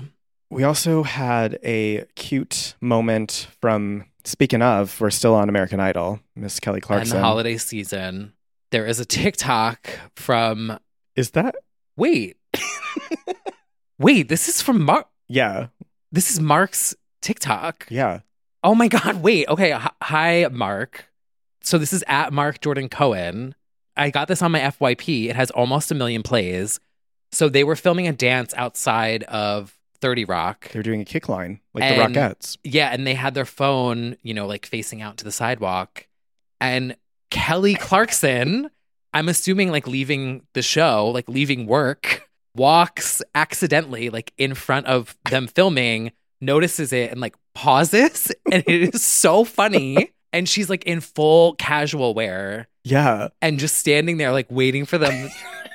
Speaker 2: We also had a cute moment from, speaking of, we're still on American Idol, Miss Kelly
Speaker 1: And
Speaker 2: Clarkson.
Speaker 1: the holiday season. There is a TikTok from
Speaker 2: Is that?
Speaker 1: wait. wait, this is from Mark
Speaker 2: Yeah.
Speaker 1: this is Mark's TikTok.
Speaker 2: Yeah.
Speaker 1: Oh my God, wait. Okay. H- hi, Mark. So this is at Mark Jordan Cohen. I got this on my FYP. It has almost a million plays. So they were filming a dance outside of 30 Rock.
Speaker 2: They're doing a kick line, like
Speaker 1: And-
Speaker 2: the Rockettes.
Speaker 1: Yeah. And they had their phone, you know, like facing out to the sidewalk. And Kelly Clarkson, I'm assuming like leaving the show, like leaving work, walks accidentally like in front of them filming, notices it and like pauses. And it is so funny. And she's like in full casual wear
Speaker 2: Yeah.
Speaker 1: and just standing there like waiting for them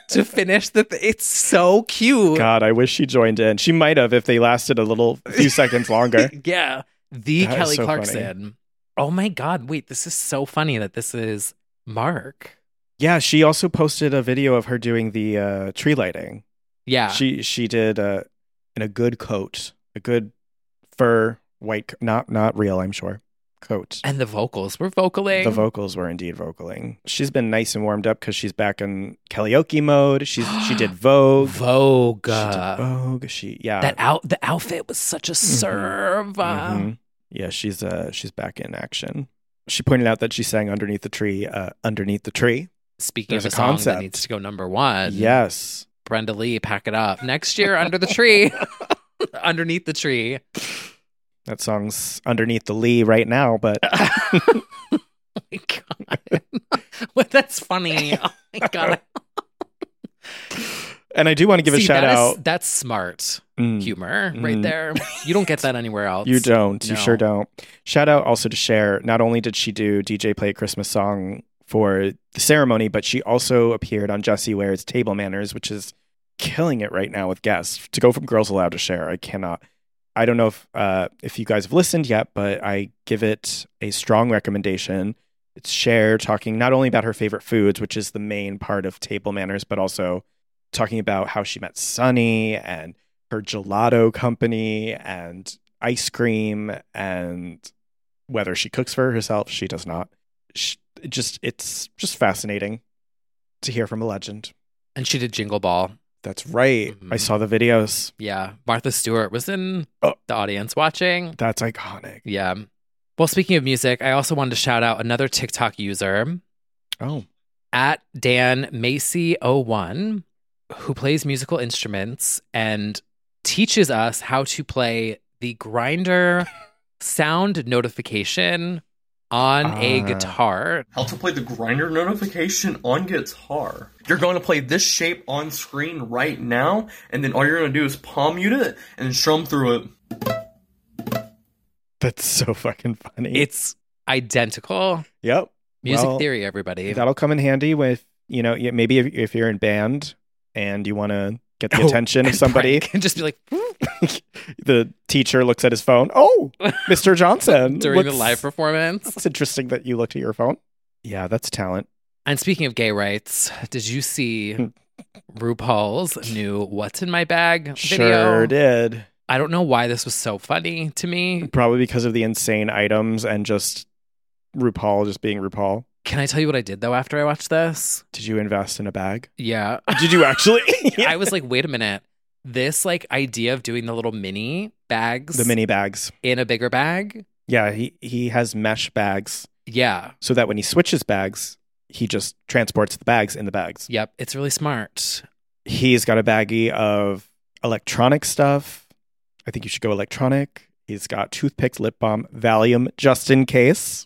Speaker 1: to finish the. Th- it's so cute.
Speaker 2: God, I wish she joined in. She might have if they lasted a little few seconds longer.
Speaker 1: yeah, the
Speaker 2: That is
Speaker 1: Kelly
Speaker 2: so funny.
Speaker 1: Clarkson. Oh my God! Wait, this is so funny that this is Mark.
Speaker 2: Yeah, she also posted a video of her doing the uh, tree lighting.
Speaker 1: Yeah.
Speaker 2: she she did uh, in a good coat, a good fur white, co- not not real, I'm sure, coat.
Speaker 1: and the vocals were vocaling.
Speaker 2: The vocals were indeed vocaling. She's been nice and warmed up because she's back in karaoke mode. She's she did Vogue,
Speaker 1: Vogue,
Speaker 2: she did Vogue. She yeah,
Speaker 1: that out the outfit was such a
Speaker 2: Mm-hmm.
Speaker 1: serve. Um,
Speaker 2: Mhm. Yeah, she's uh she's back in action. She pointed out that she sang underneath the tree, uh, underneath the tree.
Speaker 1: Speaking
Speaker 2: There's
Speaker 1: of a,
Speaker 2: a
Speaker 1: song
Speaker 2: concept.
Speaker 1: that needs to go number one,
Speaker 2: Yes.
Speaker 1: Brenda Lee, pack it up next year under the tree, underneath the tree.
Speaker 2: That song's underneath the lee right now, but
Speaker 1: Oh Well, that's funny. Oh my god!
Speaker 2: and I do want to give a
Speaker 1: See,
Speaker 2: shout
Speaker 1: that is-
Speaker 2: out.
Speaker 1: that's smart
Speaker 2: Mm.
Speaker 1: humor right
Speaker 2: Mm.
Speaker 1: there. You don't get that anywhere else.
Speaker 2: You don't. You
Speaker 1: No.
Speaker 2: sure don't. Shout out also to Cher. Not only did she do DJ Play a Christmas Song for the ceremony, but she also appeared on Jesse Ware's Table Manners, which is killing it right now with guests. To go from Girls Allowed to Cher, I cannot. I don't know if uh, if you guys have listened yet, but I give it a strong recommendation. It's Cher talking not only about her favorite foods, which is the main part of Table Manners, but also talking about how she met Sonny and her gelato company and ice cream and whether she cooks for herself, she does not. She, it just it's just fascinating to hear from a legend.
Speaker 1: And she did Jingle Ball.
Speaker 2: That's right. I
Speaker 1: Mhm.
Speaker 2: saw the videos.
Speaker 1: Yeah, Martha Stewart was in
Speaker 2: Oh.
Speaker 1: the audience watching.
Speaker 2: That's iconic.
Speaker 1: Yeah. Well, speaking of music, I also wanted to shout out another TikTok user
Speaker 2: Oh,
Speaker 1: at Dan Macy01 who plays musical instruments and teaches us how to play the grinder sound notification on a
Speaker 2: Ah.
Speaker 1: guitar.
Speaker 8: How to play the grinder notification on guitar. You're going to play this shape on screen right now, and then all you're going to do is palm mute it and strum through it.
Speaker 2: that's so fucking funny.
Speaker 1: It's identical
Speaker 2: yep.
Speaker 1: music
Speaker 2: Well,
Speaker 1: theory everybody.
Speaker 2: That'll come in handy with you know yeah, maybe if, if you're in band and you want to get the
Speaker 1: Oh,
Speaker 2: attention of
Speaker 1: and
Speaker 2: somebody,
Speaker 1: prank. and just be like
Speaker 2: the teacher looks at his phone. Oh, Mr. Johnson
Speaker 1: during the
Speaker 2: looks-
Speaker 1: live performance.
Speaker 2: It's interesting that you looked at your phone. Yeah, that's talent.
Speaker 1: And speaking of gay rights, did you
Speaker 2: Hmm.
Speaker 1: see RuPaul's new "What's in My Bag" video?
Speaker 2: Sure did.
Speaker 1: I don't know why this was so funny to me.
Speaker 2: Probably because of the insane items and just RuPaul just being RuPaul.
Speaker 1: Can I tell you what I did though after I watched this?
Speaker 2: Did you invest in a bag?
Speaker 1: Yeah,
Speaker 2: Did you actually?
Speaker 1: I was like, wait a minute. This like idea of doing the little mini bags,
Speaker 2: the mini bags.
Speaker 1: in a bigger bag.
Speaker 2: Yeah, he he has mesh bags
Speaker 1: Yeah,
Speaker 2: so that when he switches bags, he just transports the bags in the bags.
Speaker 1: yep. It's really smart.
Speaker 2: He's got a baggie of electronic stuff. I think you should go electronic. He's got toothpicks, lip balm, Valium, just in case.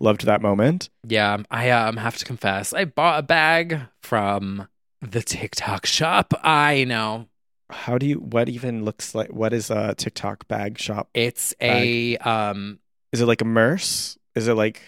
Speaker 2: Loved that moment.
Speaker 1: Yeah, I um have to confess, I bought a bag from the TikTok shop. I know
Speaker 2: How do you? What even looks like? What is a TikTok bag shop?
Speaker 1: it's a um
Speaker 2: Is it like a merce? Is it like?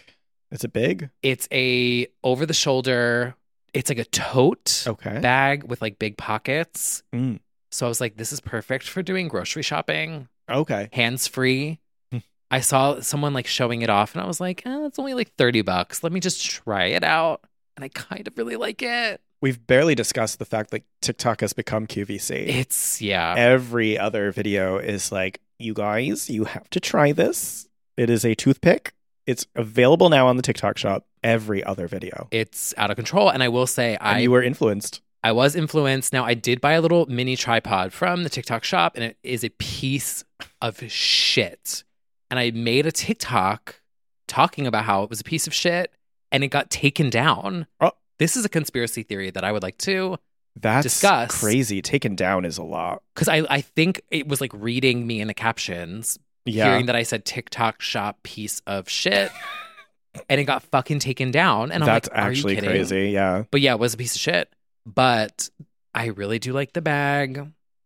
Speaker 2: Is it big?
Speaker 1: It's a over the shoulder. It's like a tote
Speaker 2: Okay.
Speaker 1: bag with like big pockets.
Speaker 2: Mm.
Speaker 1: So I was like, this is perfect for doing grocery shopping,
Speaker 2: Okay.
Speaker 1: hands free.
Speaker 2: Hmm.
Speaker 1: I saw someone like showing it off and I was like, oh, it's only like 30 bucks. Let me just try it out. And I kind of really like it.
Speaker 2: We've barely discussed the fact that TikTok has become QVC.
Speaker 1: It's, uh,
Speaker 2: Eh
Speaker 1: yeah.
Speaker 2: Every other video is like, you guys, you have to try this. It is a toothpick. It's available now on the TikTok shop. Every other video.
Speaker 1: It's out of control. And I will say,
Speaker 2: and
Speaker 1: I
Speaker 2: you were influenced.
Speaker 1: I was influenced. Now I did buy a little mini tripod from the TikTok shop, and it is a piece of shit. And I made a TikTok talking about how it was a piece of shit, and it got taken down.
Speaker 2: Oh.
Speaker 1: This is a conspiracy theory that I would like to,
Speaker 2: That's
Speaker 1: Discuss.
Speaker 2: crazy. Taken down is a lot.
Speaker 1: because I I think it was like reading me in the captions,
Speaker 2: Yeah.
Speaker 1: hearing that I said TikTok shop piece of shit, and it got fucking taken down. And I'm
Speaker 2: That's
Speaker 1: like, "Are you
Speaker 2: actually
Speaker 1: kidding?"
Speaker 2: crazy. Yeah.
Speaker 1: But yeah, it was a piece of shit. But I really do like the bag.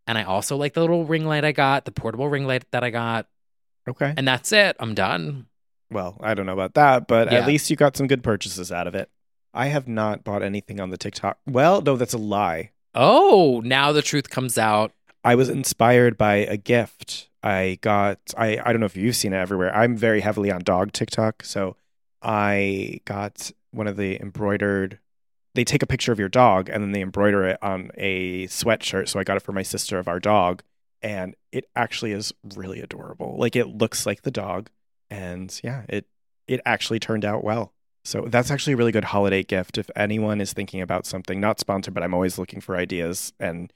Speaker 1: And I also like the little ring light I got, the portable ring light that I got.
Speaker 2: Okay.
Speaker 1: And that's it. I'm done.
Speaker 2: Well, I don't know about that, but
Speaker 1: Yeah.
Speaker 2: at least you got some good purchases out of it. I have not bought anything on the TikTok. Well, no, that's a lie.
Speaker 1: Oh, now the truth comes out.
Speaker 2: I was inspired by a gift I got. I I don't know if you've seen it everywhere. I'm very heavily on dog TikTok, so I got one of the embroidered. They take a picture of your dog and then they embroider it on a sweatshirt. So I got it for my sister of our dog, and it actually is really adorable. Like it looks like the dog, and yeah, it it actually turned out well. So that's actually a really good holiday gift if anyone is thinking about something not sponsored, but I'm always looking for ideas. And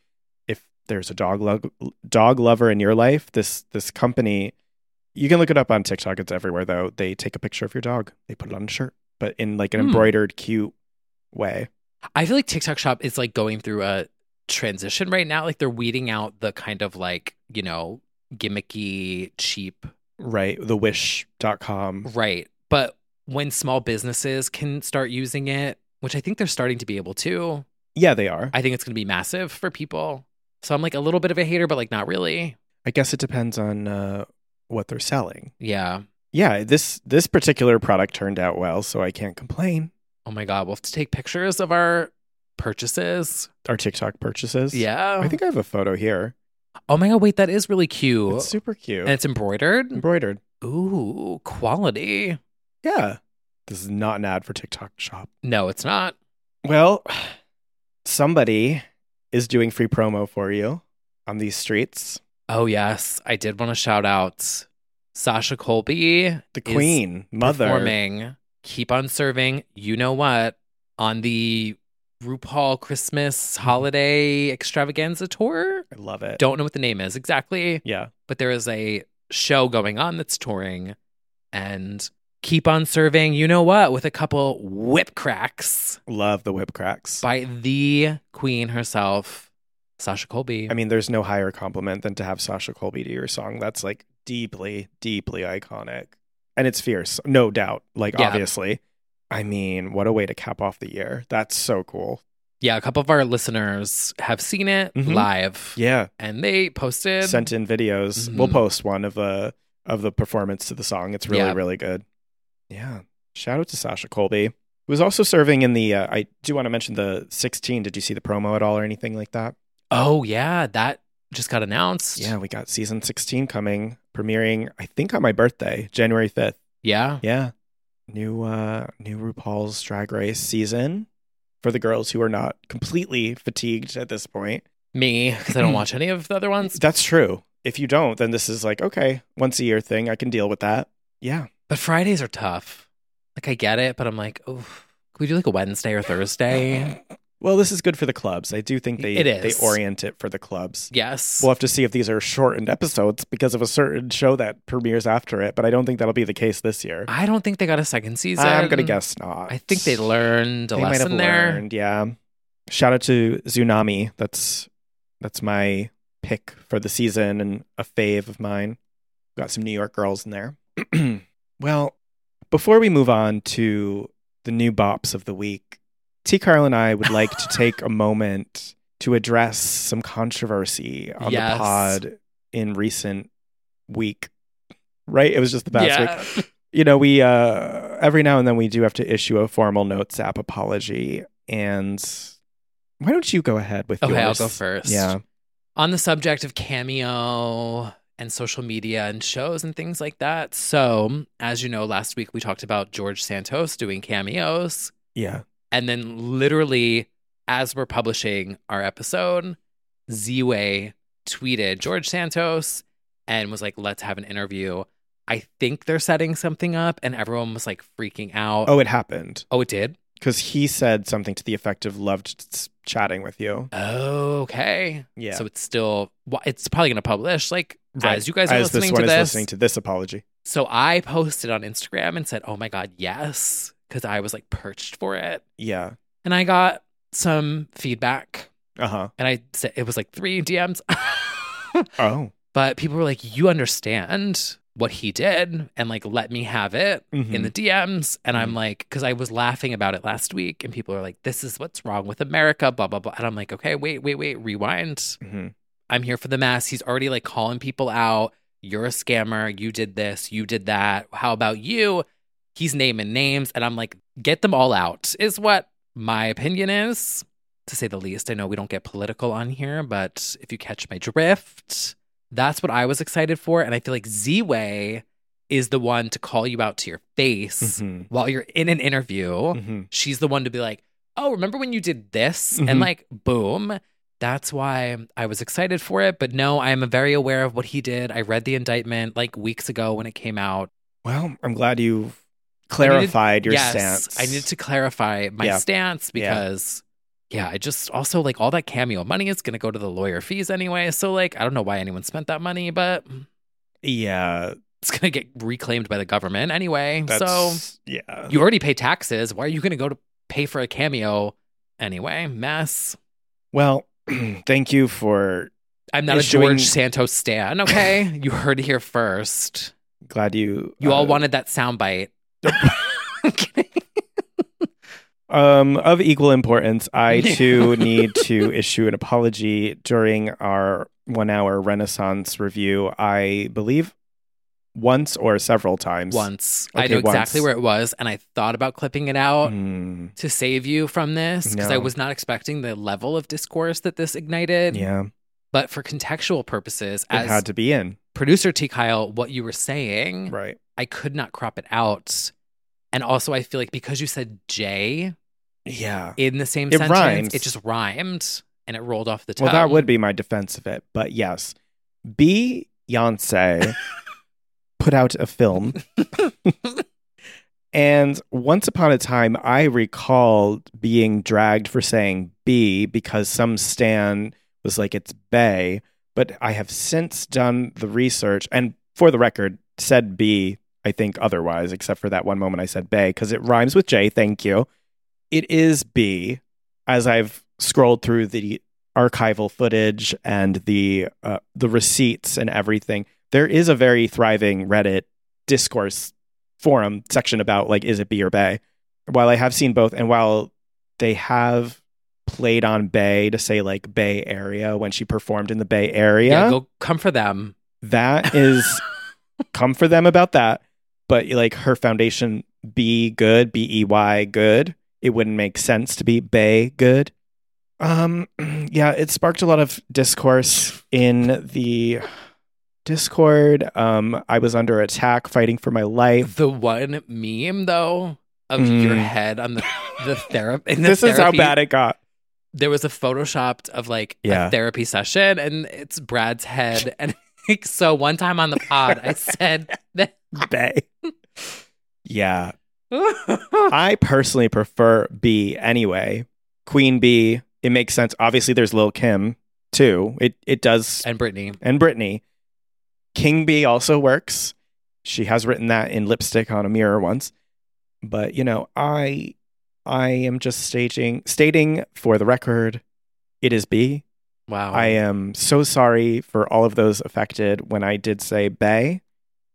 Speaker 2: if there's a dog lo- dog lover in your life, this this company, you can look it up on TikTok. It's everywhere though. They take a picture of your dog, they put it on a shirt, but in like an
Speaker 1: Hmm.
Speaker 2: embroidered, cute way.
Speaker 1: I feel like TikTok Shop is like going through a transition right now. Like they're weeding out the kind of like, you know, gimmicky, cheap.
Speaker 2: Right. The wish.com.
Speaker 1: Right. But when small businesses can start using it, which I think they're starting to be able to,
Speaker 2: Yeah, they are.
Speaker 1: I think it's going to be massive for people. So I'm like a little bit of a hater, but like not really.
Speaker 2: I guess it depends on uh, what they're selling.
Speaker 1: Yeah.
Speaker 2: Yeah, this this particular product turned out well, so I can't complain.
Speaker 1: Oh my God. We'll have to take pictures of our purchases.
Speaker 2: Our TikTok purchases.
Speaker 1: Yeah.
Speaker 2: I think I have a photo here.
Speaker 1: Oh my God. Wait, that is really cute.
Speaker 2: It's super cute.
Speaker 1: And it's embroidered.
Speaker 2: embroidered.
Speaker 1: Ooh, quality.
Speaker 2: Yeah. This is not an ad for TikTok shop.
Speaker 1: No, it's not.
Speaker 2: Well, somebody is doing free promo for you on these streets.
Speaker 1: Oh yes, I did want to shout out Sasha Colby,
Speaker 2: The
Speaker 1: is
Speaker 2: queen, mother.
Speaker 1: performing. Keep on serving. You know what? On the RuPaul Christmas
Speaker 2: Mm-hmm.
Speaker 1: Holiday Extravaganza tour.
Speaker 2: I love it.
Speaker 1: Don't know what the name is exactly,
Speaker 2: Yeah.
Speaker 1: but there is a show going on that's touring, and keep on serving. You know what? With a couple whip cracks
Speaker 2: Love the whip cracks.
Speaker 1: by the queen herself, Sasha Colby.
Speaker 2: I mean, there's no higher compliment than to have Sasha Colby do your song. That's like deeply, deeply iconic. And it's fierce, no doubt. Like,
Speaker 1: Yeah.
Speaker 2: obviously. I mean, what a way to cap off the year. That's so cool.
Speaker 1: Yeah, a couple of our listeners have seen it
Speaker 2: Mhm.
Speaker 1: live,
Speaker 2: Yeah.
Speaker 1: and they posted.
Speaker 2: Sent in videos. We'll
Speaker 1: Mhm.
Speaker 2: post one of the of the performance to the song. It's really,
Speaker 1: Yeah.
Speaker 2: really good. Yeah. Shout out to Sasha Colby. Who was also serving in the uh, I do want to mention the 16. Did you see the promo at all or anything like that?
Speaker 1: oh yeah, that just got announced.
Speaker 2: Yeah, we got season 16 coming, premiering, I think on my birthday, January 5th.
Speaker 1: yeah.
Speaker 2: Yeah. New uh new RuPaul's Drag Race season for the girls who are not completely fatigued at this point.
Speaker 1: Me because I don't watch any of the other ones.
Speaker 2: That's true. If you don't, then this is like, okay, once a year thing, I can deal with that. Yeah.
Speaker 1: But Fridays are tough. Like I get it, but I'm like, oh, could we do like a Wednesday or Thursday?
Speaker 2: Well, this is good for the clubs. I do think they
Speaker 1: It is.
Speaker 2: they orient it for the clubs.
Speaker 1: yes.
Speaker 2: We'll have to see if these are shortened episodes because of a certain show that premieres after it, but I don't think that'll be the case this year.
Speaker 1: I don't think they got a second season.
Speaker 2: I'm gonna guess not.
Speaker 1: I think they learned a
Speaker 2: they
Speaker 1: lesson there.
Speaker 2: learned. Yeah. Shout out to Tsunami. That's that's my pick for the season and a fave of mine. Got some New York girls in there. well, before we move on to the new bops of the week, T. Carl and I would like to take a moment to address some controversy on
Speaker 1: Yes.
Speaker 2: the pod in recent week. Right? It was just the past week
Speaker 1: yeah.
Speaker 2: you know, we uh, every now and then we do have to issue a formal notes app apology. And why don't you go ahead with
Speaker 1: Okay, I'll
Speaker 2: yours?
Speaker 1: go first.
Speaker 2: Yeah,
Speaker 1: on the subject of cameo and social media and shows and things like that. So, as you know, last week we talked about George Santos doing cameos.
Speaker 2: yeah.
Speaker 1: And then, literally, as we're publishing our episode, Z Way tweeted George Santos and was like, let's have an interview. I think they're setting something up. And everyone was like freaking out.
Speaker 2: Oh, it happened
Speaker 1: oh it did?
Speaker 2: because he said something to the effect of "loved s- chatting with you."
Speaker 1: Oh, okay.
Speaker 2: Yeah.
Speaker 1: So it's still, well, it's probably going to publish like
Speaker 2: Right.
Speaker 1: as you guys are
Speaker 2: As
Speaker 1: listening
Speaker 2: this one
Speaker 1: to
Speaker 2: is
Speaker 1: this.
Speaker 2: listening to this apology.
Speaker 1: So I posted on Instagram and said, "Oh my god, yes," cuz I was like perched for it.
Speaker 2: Yeah.
Speaker 1: And I got some feedback
Speaker 2: Uh huh.
Speaker 1: and I said it was like 3 DMs.
Speaker 2: Oh.
Speaker 1: but people were like, "You understand what he did and like let me have it in
Speaker 2: Mhm.
Speaker 1: the DMs." And
Speaker 2: Mm-hmm.
Speaker 1: I'm like cuz I was laughing about it last week and people are like, "This is what's wrong with America, blah blah blah." And I'm like, "Okay, wait, wait, wait, rewind.
Speaker 2: hmm
Speaker 1: I'm here for the mass. He's already like calling people out. You're a scammer. You did this. You did that. How about you? He's naming names, and I'm like, get them all out, is what my opinion is, to say the least. I know we don't get political on here, but if you catch my drift, that's what I was excited for. And I feel like Z Way is the one to call you out to your face
Speaker 2: Mhm.
Speaker 1: while you're in an interview.
Speaker 2: Mhm.
Speaker 1: She's the one to be like, oh, remember when you did this?
Speaker 2: Mhm.
Speaker 1: And like, boom. That's why I was excited for it. But no, I am very aware of what he did. I read the indictment like weeks ago when it came out.
Speaker 2: Well, I'm glad you
Speaker 1: I needed-
Speaker 2: clarified your
Speaker 1: yes,
Speaker 2: stance.
Speaker 1: I needed to clarify my
Speaker 2: Yeah.
Speaker 1: stance
Speaker 2: Yeah.
Speaker 1: because, yeah. I just also like all that cameo money is going to go to the lawyer fees anyway. So, like, I don't know why anyone spent that money, but
Speaker 2: Yeah,
Speaker 1: it's going to get reclaimed by the government anyway. so,
Speaker 2: that's uh, yeah.
Speaker 1: you already pay taxes. Why are you going to go to pay for a cameo anyway? Mess.
Speaker 2: Well, thank you for
Speaker 1: I'm not
Speaker 2: issuing-
Speaker 1: a George Santos stan, okay? you heard it here first.
Speaker 2: Glad you
Speaker 1: You
Speaker 2: uh,
Speaker 1: all wanted that soundbite.
Speaker 2: Um, of equal importance, I too need to issue an apology during our one hour Renaissance review. I believe once or several times.
Speaker 1: Once. I
Speaker 2: Okay,
Speaker 1: know exactly
Speaker 2: once.
Speaker 1: where it was, and I thought about clipping it out
Speaker 2: Hmm,
Speaker 1: to save you from this because I
Speaker 2: No.
Speaker 1: was not expecting the level of discourse that this ignited.
Speaker 2: yeah, it
Speaker 1: But for contextual purposes, as
Speaker 2: had to be in.
Speaker 1: producer T. Kyle, what you were saying,
Speaker 2: Right.
Speaker 1: I could not crop it out. And also, I feel like because you said J,
Speaker 2: Yeah.
Speaker 1: in the same
Speaker 2: It
Speaker 1: sentence.
Speaker 2: rhymes.
Speaker 1: It just rhymed and it rolled off the tongue.
Speaker 2: Well, that would be my defense of it. But yes, Beyonce put out a film. and once upon a time, I recalled being dragged for saying B because some Stan was like, it's Bay. But I have since done the research and for the record, said B, I think otherwise, except for that one moment I said Bay because it rhymes with J. Thank you. It is B as I've scrolled through the archival footage and the uh, the receipts and everything, there is a very thriving Reddit discourse forum section about like is it B or Bay. While I have seen both, and while they have played on Bay to say like Bay Area when she performed in the Bay Area,
Speaker 1: Yeah, go come for them.
Speaker 2: that is come for them about that. But like her foundation, be good, B E Y good. It wouldn't make sense to be Bay good. Um, yeah, it sparked a lot of discourse in the Discord. Um, I was under attack, fighting for my life.
Speaker 1: The one meme though of
Speaker 2: Mm.
Speaker 1: your head on the the therapy.
Speaker 2: This is how bad it got.
Speaker 1: There was a photoshopped of like
Speaker 2: Yeah.
Speaker 1: a therapy session, and it's Brad's head. And so one time on the pod, I said that.
Speaker 2: Bay. Yeah, I personally prefer B anyway. Queen B. It makes sense. Obviously, there's Lil Kim too. It it does
Speaker 1: and Brittany,
Speaker 2: and Brittany. King Bee also works. She has written that in lipstick on a mirror once. But you know, I I am just staging stating for the record, it is B.
Speaker 1: wow,
Speaker 2: I am so sorry for all of those affected when I did say Bay.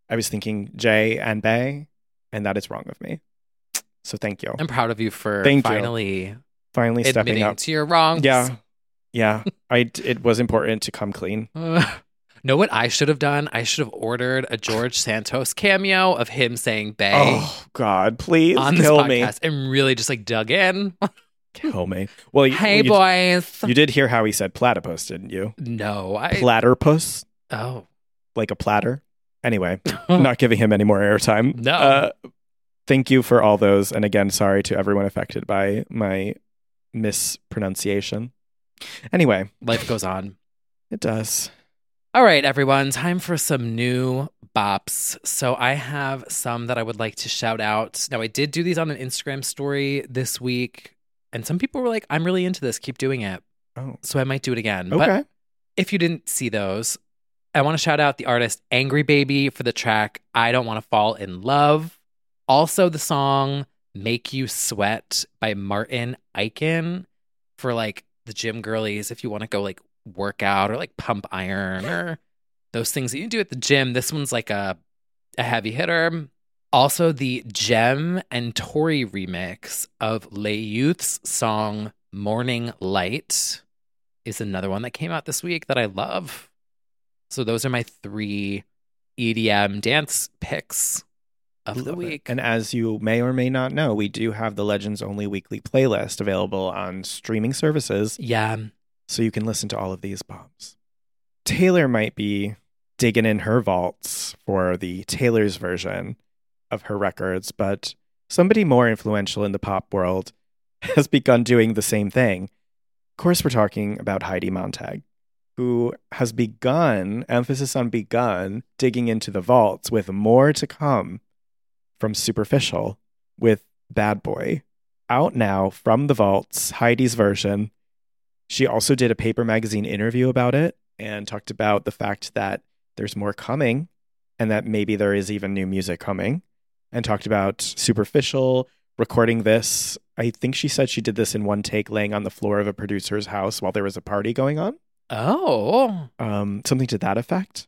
Speaker 2: I was thinking J and Bay, and that is wrong of me. So thank you.
Speaker 1: I'm proud of you for
Speaker 2: Thank you.
Speaker 1: finally
Speaker 2: Finally stepping
Speaker 1: admitting
Speaker 2: up.
Speaker 1: to your wrongs.
Speaker 2: Yeah. Yeah. I it was important to come clean.
Speaker 1: Ugh. know what I should have done? I should have ordered a George Santos cameo of him saying "bay"
Speaker 2: Oh God, please
Speaker 1: on this
Speaker 2: kill me.
Speaker 1: podcast and really just like dug in.
Speaker 2: Kill me. Well, you,
Speaker 1: hey,
Speaker 2: you,
Speaker 1: boys.
Speaker 2: you did hear how he said platypus, didn't you?
Speaker 1: no, I.
Speaker 2: Platypus,
Speaker 1: oh,
Speaker 2: like a platter. Anyway, I'm not giving him any more airtime. Uh,
Speaker 1: No.
Speaker 2: thank you for all those, and again, sorry to everyone affected by my mispronunciation. Anyway,
Speaker 1: life goes on.
Speaker 2: it does.
Speaker 1: All right, everyone, time for some new bops. So I have some that I would like to shout out. Now, I did do these on an Instagram story this week, and some people were like, I'm really into this, keep doing it.
Speaker 2: Oh,
Speaker 1: So I might do it again. But
Speaker 2: okay.
Speaker 1: if you didn't see those, I want to shout out the artist Angry Baby for the track I Don't Want to Fall in Love. Also, the song Make You Sweat by Martin Eichen for like the gym girlies if you want to go like work out or like pump iron or those things that you do at the gym. This one's like a, a heavy hitter. Also, the Gem and Tori remix of Le Youth's song Morning Light is another one that came out this week that I love. E So those are my three EDM dance picks. of the week.
Speaker 2: And as you may or may not know, we do have the Legends Only Weekly playlist available on streaming services.
Speaker 1: Yeah.
Speaker 2: So you can listen to all of these bombs. Taylor might be digging in her vaults for the Taylor's version of her records, but somebody more influential in the pop world has begun doing the same thing. Of course, we're talking about Heidi Montag, who has begun, emphasis on begun, digging into the vaults with more to come from Superficial with Bad Boy. Out now from the vaults, Heidi's version. She also did a paper magazine interview about it and talked about the fact that there's more coming and that maybe there is even new music coming and talked about superficial recording this. I think she said she did this in one take, laying on the floor of a producer's house while there was a party going on.
Speaker 1: Oh.
Speaker 2: Um, something to that effect.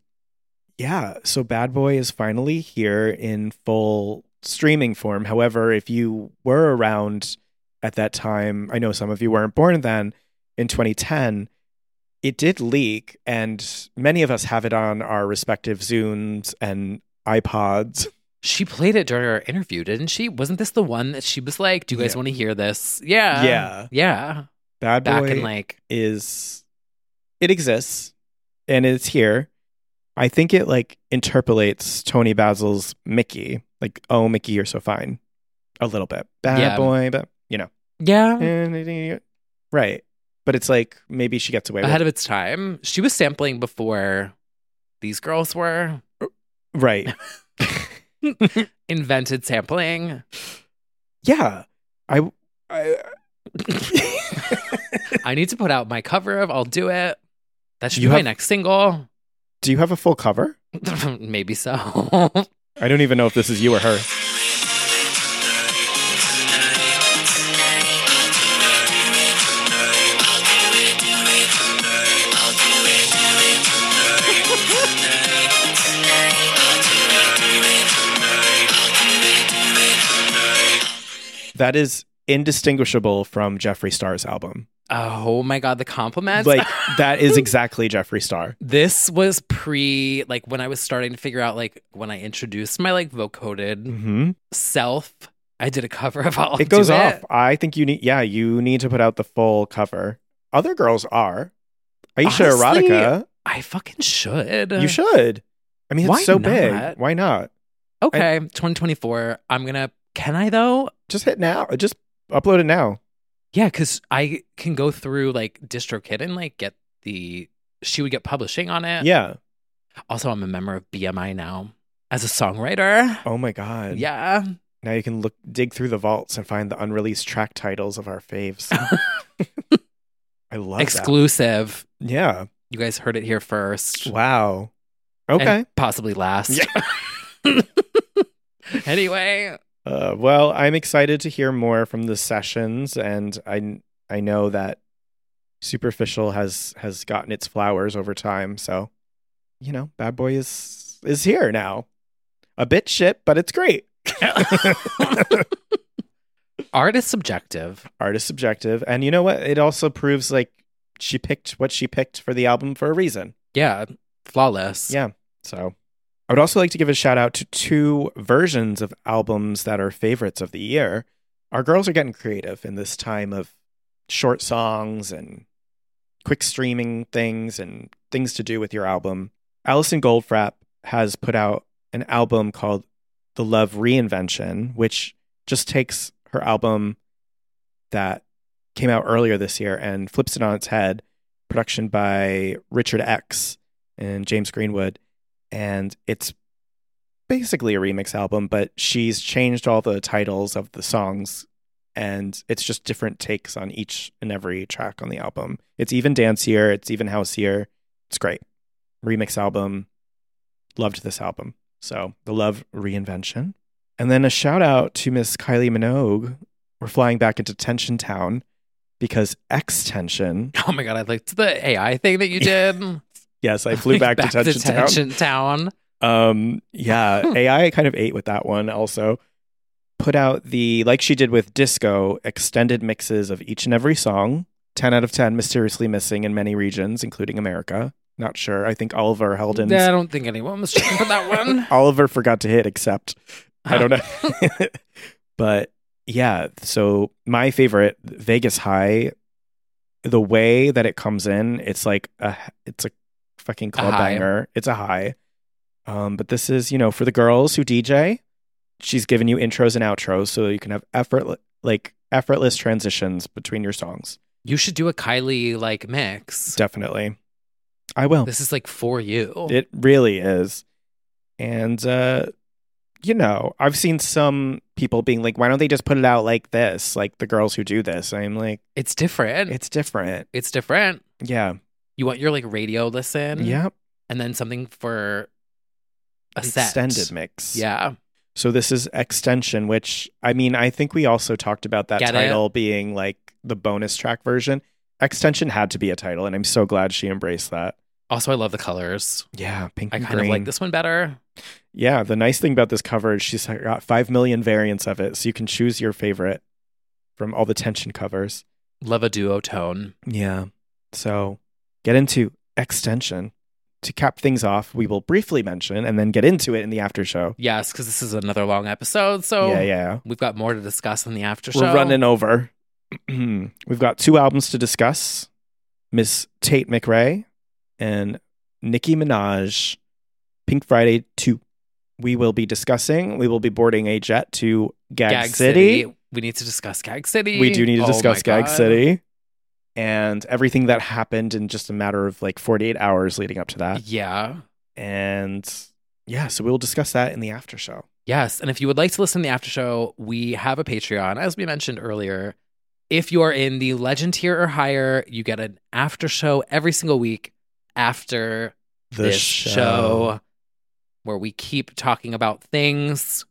Speaker 2: Yeah. So Bad Boy is finally here in full streaming form. However, if you were around at that time, I know some of you weren't born then in 2010, it did leak, and many of us have it on our respective Zooms and iPods.
Speaker 1: She played it during our interview, didn't she? Wasn't this the one that she was like, "Do you guys
Speaker 2: Yeah.
Speaker 1: want to hear this?" Yeah,
Speaker 2: Yeah.
Speaker 1: yeah.
Speaker 2: Bad Boy
Speaker 1: Back in like
Speaker 2: is it exists and it's here. I think it like interpolates Tony Basil's Mickey, like "Oh Mickey, you're so fine," a little bit. Bad
Speaker 1: Yeah.
Speaker 2: boy, but you know,
Speaker 1: yeah,
Speaker 2: Eh, right? But it's like maybe she gets away with
Speaker 1: ahead of its time. She was sampling before these girls were
Speaker 2: it. right.
Speaker 1: invented sampling.
Speaker 2: Yeah, I, I
Speaker 1: I need to put out my cover of "I'll Do It." That should
Speaker 2: You
Speaker 1: be my
Speaker 2: have-
Speaker 1: next single.
Speaker 2: do. You have a full cover?
Speaker 1: Maybe so.
Speaker 2: I don't even know if this is you or her. That is indistinguishable from Jeffree Star's album.
Speaker 1: oh my god, the compliments!
Speaker 2: Like that is exactly Jeffree Star.
Speaker 1: this was pre like when I was starting to figure out like when I introduced my like vocoded
Speaker 2: Mm-hmm.
Speaker 1: self. I did a cover of all.
Speaker 2: it goes off. I think you need. Yeah, you need to put out the full cover. Other girls are Aisha
Speaker 1: Honestly,
Speaker 2: Erotica.
Speaker 1: I fucking should.
Speaker 2: You should. I mean, it's
Speaker 1: Why
Speaker 2: so
Speaker 1: not?
Speaker 2: big. Why not?
Speaker 1: Okay, 2024. I'm gonna. Can I though?
Speaker 2: Just hit now. uh, Just upload it now.
Speaker 1: Yeah, because I can go through like DistroKid and like get the. She would get publishing on it.
Speaker 2: Yeah.
Speaker 1: Also, I'm a member of BMI now as a songwriter.
Speaker 2: Oh my god.
Speaker 1: Yeah.
Speaker 2: Now you can look dig through the vaults and find the unreleased track titles of our faves. I love
Speaker 1: Exclusive.
Speaker 2: that. Yeah.
Speaker 1: You guys heard it here first.
Speaker 2: Wow. Okay.
Speaker 1: And possibly last. anyway.
Speaker 2: Uh, well, I'm excited to hear more from the sessions, and I I know that superficial has has gotten its flowers over time. So, you know, bad boy is is here now. A bit shit, but it's great.
Speaker 1: Art is subjective.
Speaker 2: Art is subjective, and you know what? It also proves like she picked what she picked for the album for a reason.
Speaker 1: Yeah. Flawless.
Speaker 2: Yeah. So I would also like to give a shout out to two versions of albums that are favorites of the year. Our girls are getting creative in this time of short songs and quick streaming things and things to do with your album. Allison Goldfrapp has put out an album called The Love Reinvention, which just takes her album that came out earlier this year and flips it on its head. Production by Richard X and James Greenwood. And it's basically a remix album, but she's changed all the titles of the songs. And it's just different takes on each and every track on the album. It's even dancier, it's even houseier. It's great. Remix album. Loved this album. So, the Love Reinvention. And then a shout out to Miss Kylie Minogue. We're flying back into Tension Town because X Tension.
Speaker 1: Oh my god, I liked the AI thing that you did.
Speaker 2: Yes, I flew back, to Tension Town.
Speaker 1: Tension Town.
Speaker 2: Um, yeah, AI kind of ate with that one also. Put out the, like she did with Disco, extended mixes of each and every song. 10 out of 10 mysteriously missing in many regions, including America. Not sure. I think Oliver Heldens.
Speaker 1: Yeah, I don't think anyone was checking for that one.
Speaker 2: Oliver forgot to hit accept. I don't know. but yeah, so my favorite Vegas High, the way that it comes in, it's like a it's a fucking club
Speaker 1: high.
Speaker 2: banger. It's a high. Um, but this is you know for the girls who DJ, she's giving you intros and outros so you can have effort like effortless transitions between your songs.
Speaker 1: You should do a Kylie like mix.
Speaker 2: Definitely, I will.
Speaker 1: This is like for you.
Speaker 2: It really is. And uh you know, I've seen some people being like, why don't they just put it out like this? Like the girls who do this. I'm like,
Speaker 1: it's different.
Speaker 2: It's different.
Speaker 1: It's different.
Speaker 2: Yeah.
Speaker 1: You want your like radio listen.
Speaker 2: Yep.
Speaker 1: And then something for a set.
Speaker 2: Extended mix.
Speaker 1: Yeah.
Speaker 2: So this is extension, which I mean, I think we also talked about that
Speaker 1: Get
Speaker 2: title being like the bonus track version. Extension had to be a title, and I'm so glad she embraced that.
Speaker 1: Also, I love the colors.
Speaker 2: Yeah, pink.
Speaker 1: I
Speaker 2: and
Speaker 1: kind
Speaker 2: green.
Speaker 1: of like this one better.
Speaker 2: Yeah, the nice thing about this cover is she's got 5 million variants of it, so you can choose your favorite from all the tension covers.
Speaker 1: Love a duotone.
Speaker 2: Yeah. So get into extension. To cap things off, we will briefly mention and then get into it in the after show.
Speaker 1: Yes, because this is another long episode. So
Speaker 2: Yeah, yeah.
Speaker 1: we've got more to discuss in the after show.
Speaker 2: We're running over. We've got two albums to discuss Miss Tate McRae and Nicki Minaj, Pink Friday 2. We will be discussing, we will be boarding a jet to Gag, City.
Speaker 1: We need to discuss Gag City.
Speaker 2: We do need to
Speaker 1: Oh
Speaker 2: discuss
Speaker 1: my
Speaker 2: Gag
Speaker 1: God.
Speaker 2: City and everything that happened in just a matter of like 48 hours leading up to that.
Speaker 1: Yeah.
Speaker 2: And yeah, so we'll discuss that in the after show.
Speaker 1: Yes. And if you would like to listen to the after show, we have a Patreon, as we mentioned earlier. If you are in the legend tier or higher, you get an after show every single week after
Speaker 2: The
Speaker 1: this
Speaker 2: show.
Speaker 1: show where we keep talking about things.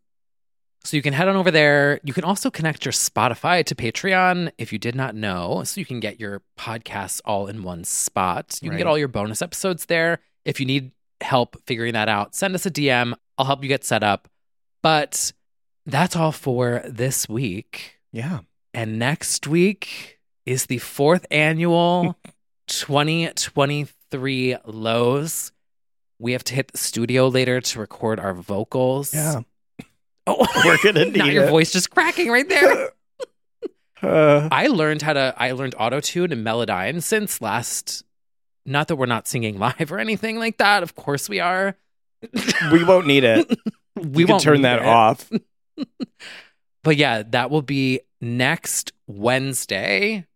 Speaker 1: So you can head on over there. You can also connect your Spotify to Patreon if you did not know. So you can get your podcasts all in one spot. You can get
Speaker 2: Right.
Speaker 1: all your bonus episodes there. If you need help figuring that out, send us a DM. I'll help you get set up. But that's all for this week.
Speaker 2: Yeah.
Speaker 1: And next week is the fourth annual 2023 Lows. We have to hit the studio later to record our vocals.
Speaker 2: Yeah.
Speaker 1: Oh,
Speaker 2: We're going to need
Speaker 1: now your
Speaker 2: it.
Speaker 1: voice just cracking right there.
Speaker 2: Uh,
Speaker 1: I learned how to, I learned auto tune and Melodyne since last, not that we're not singing live or anything like that. Of course we are.
Speaker 2: we won't need it.
Speaker 1: We
Speaker 2: you can
Speaker 1: won't
Speaker 2: turn
Speaker 1: need
Speaker 2: that
Speaker 1: it.
Speaker 2: off.
Speaker 1: But yeah, that will be next Wednesday.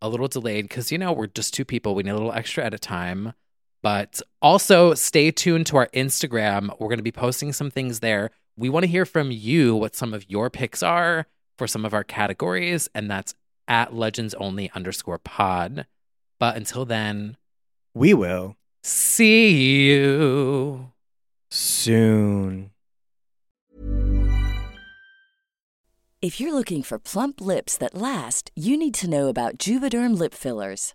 Speaker 1: A little delayed because, you know, we're just two people. We need a little extra at a time. But also stay tuned to our Instagram. We're going to be posting some things there. We want to hear from you what some of your picks are for some of our categories. And that's at legends only underscore pod. But until then,
Speaker 2: We will
Speaker 1: see you.
Speaker 2: soon.
Speaker 9: If you're looking for plump lips that last, you need to know about Juvederm lip fillers.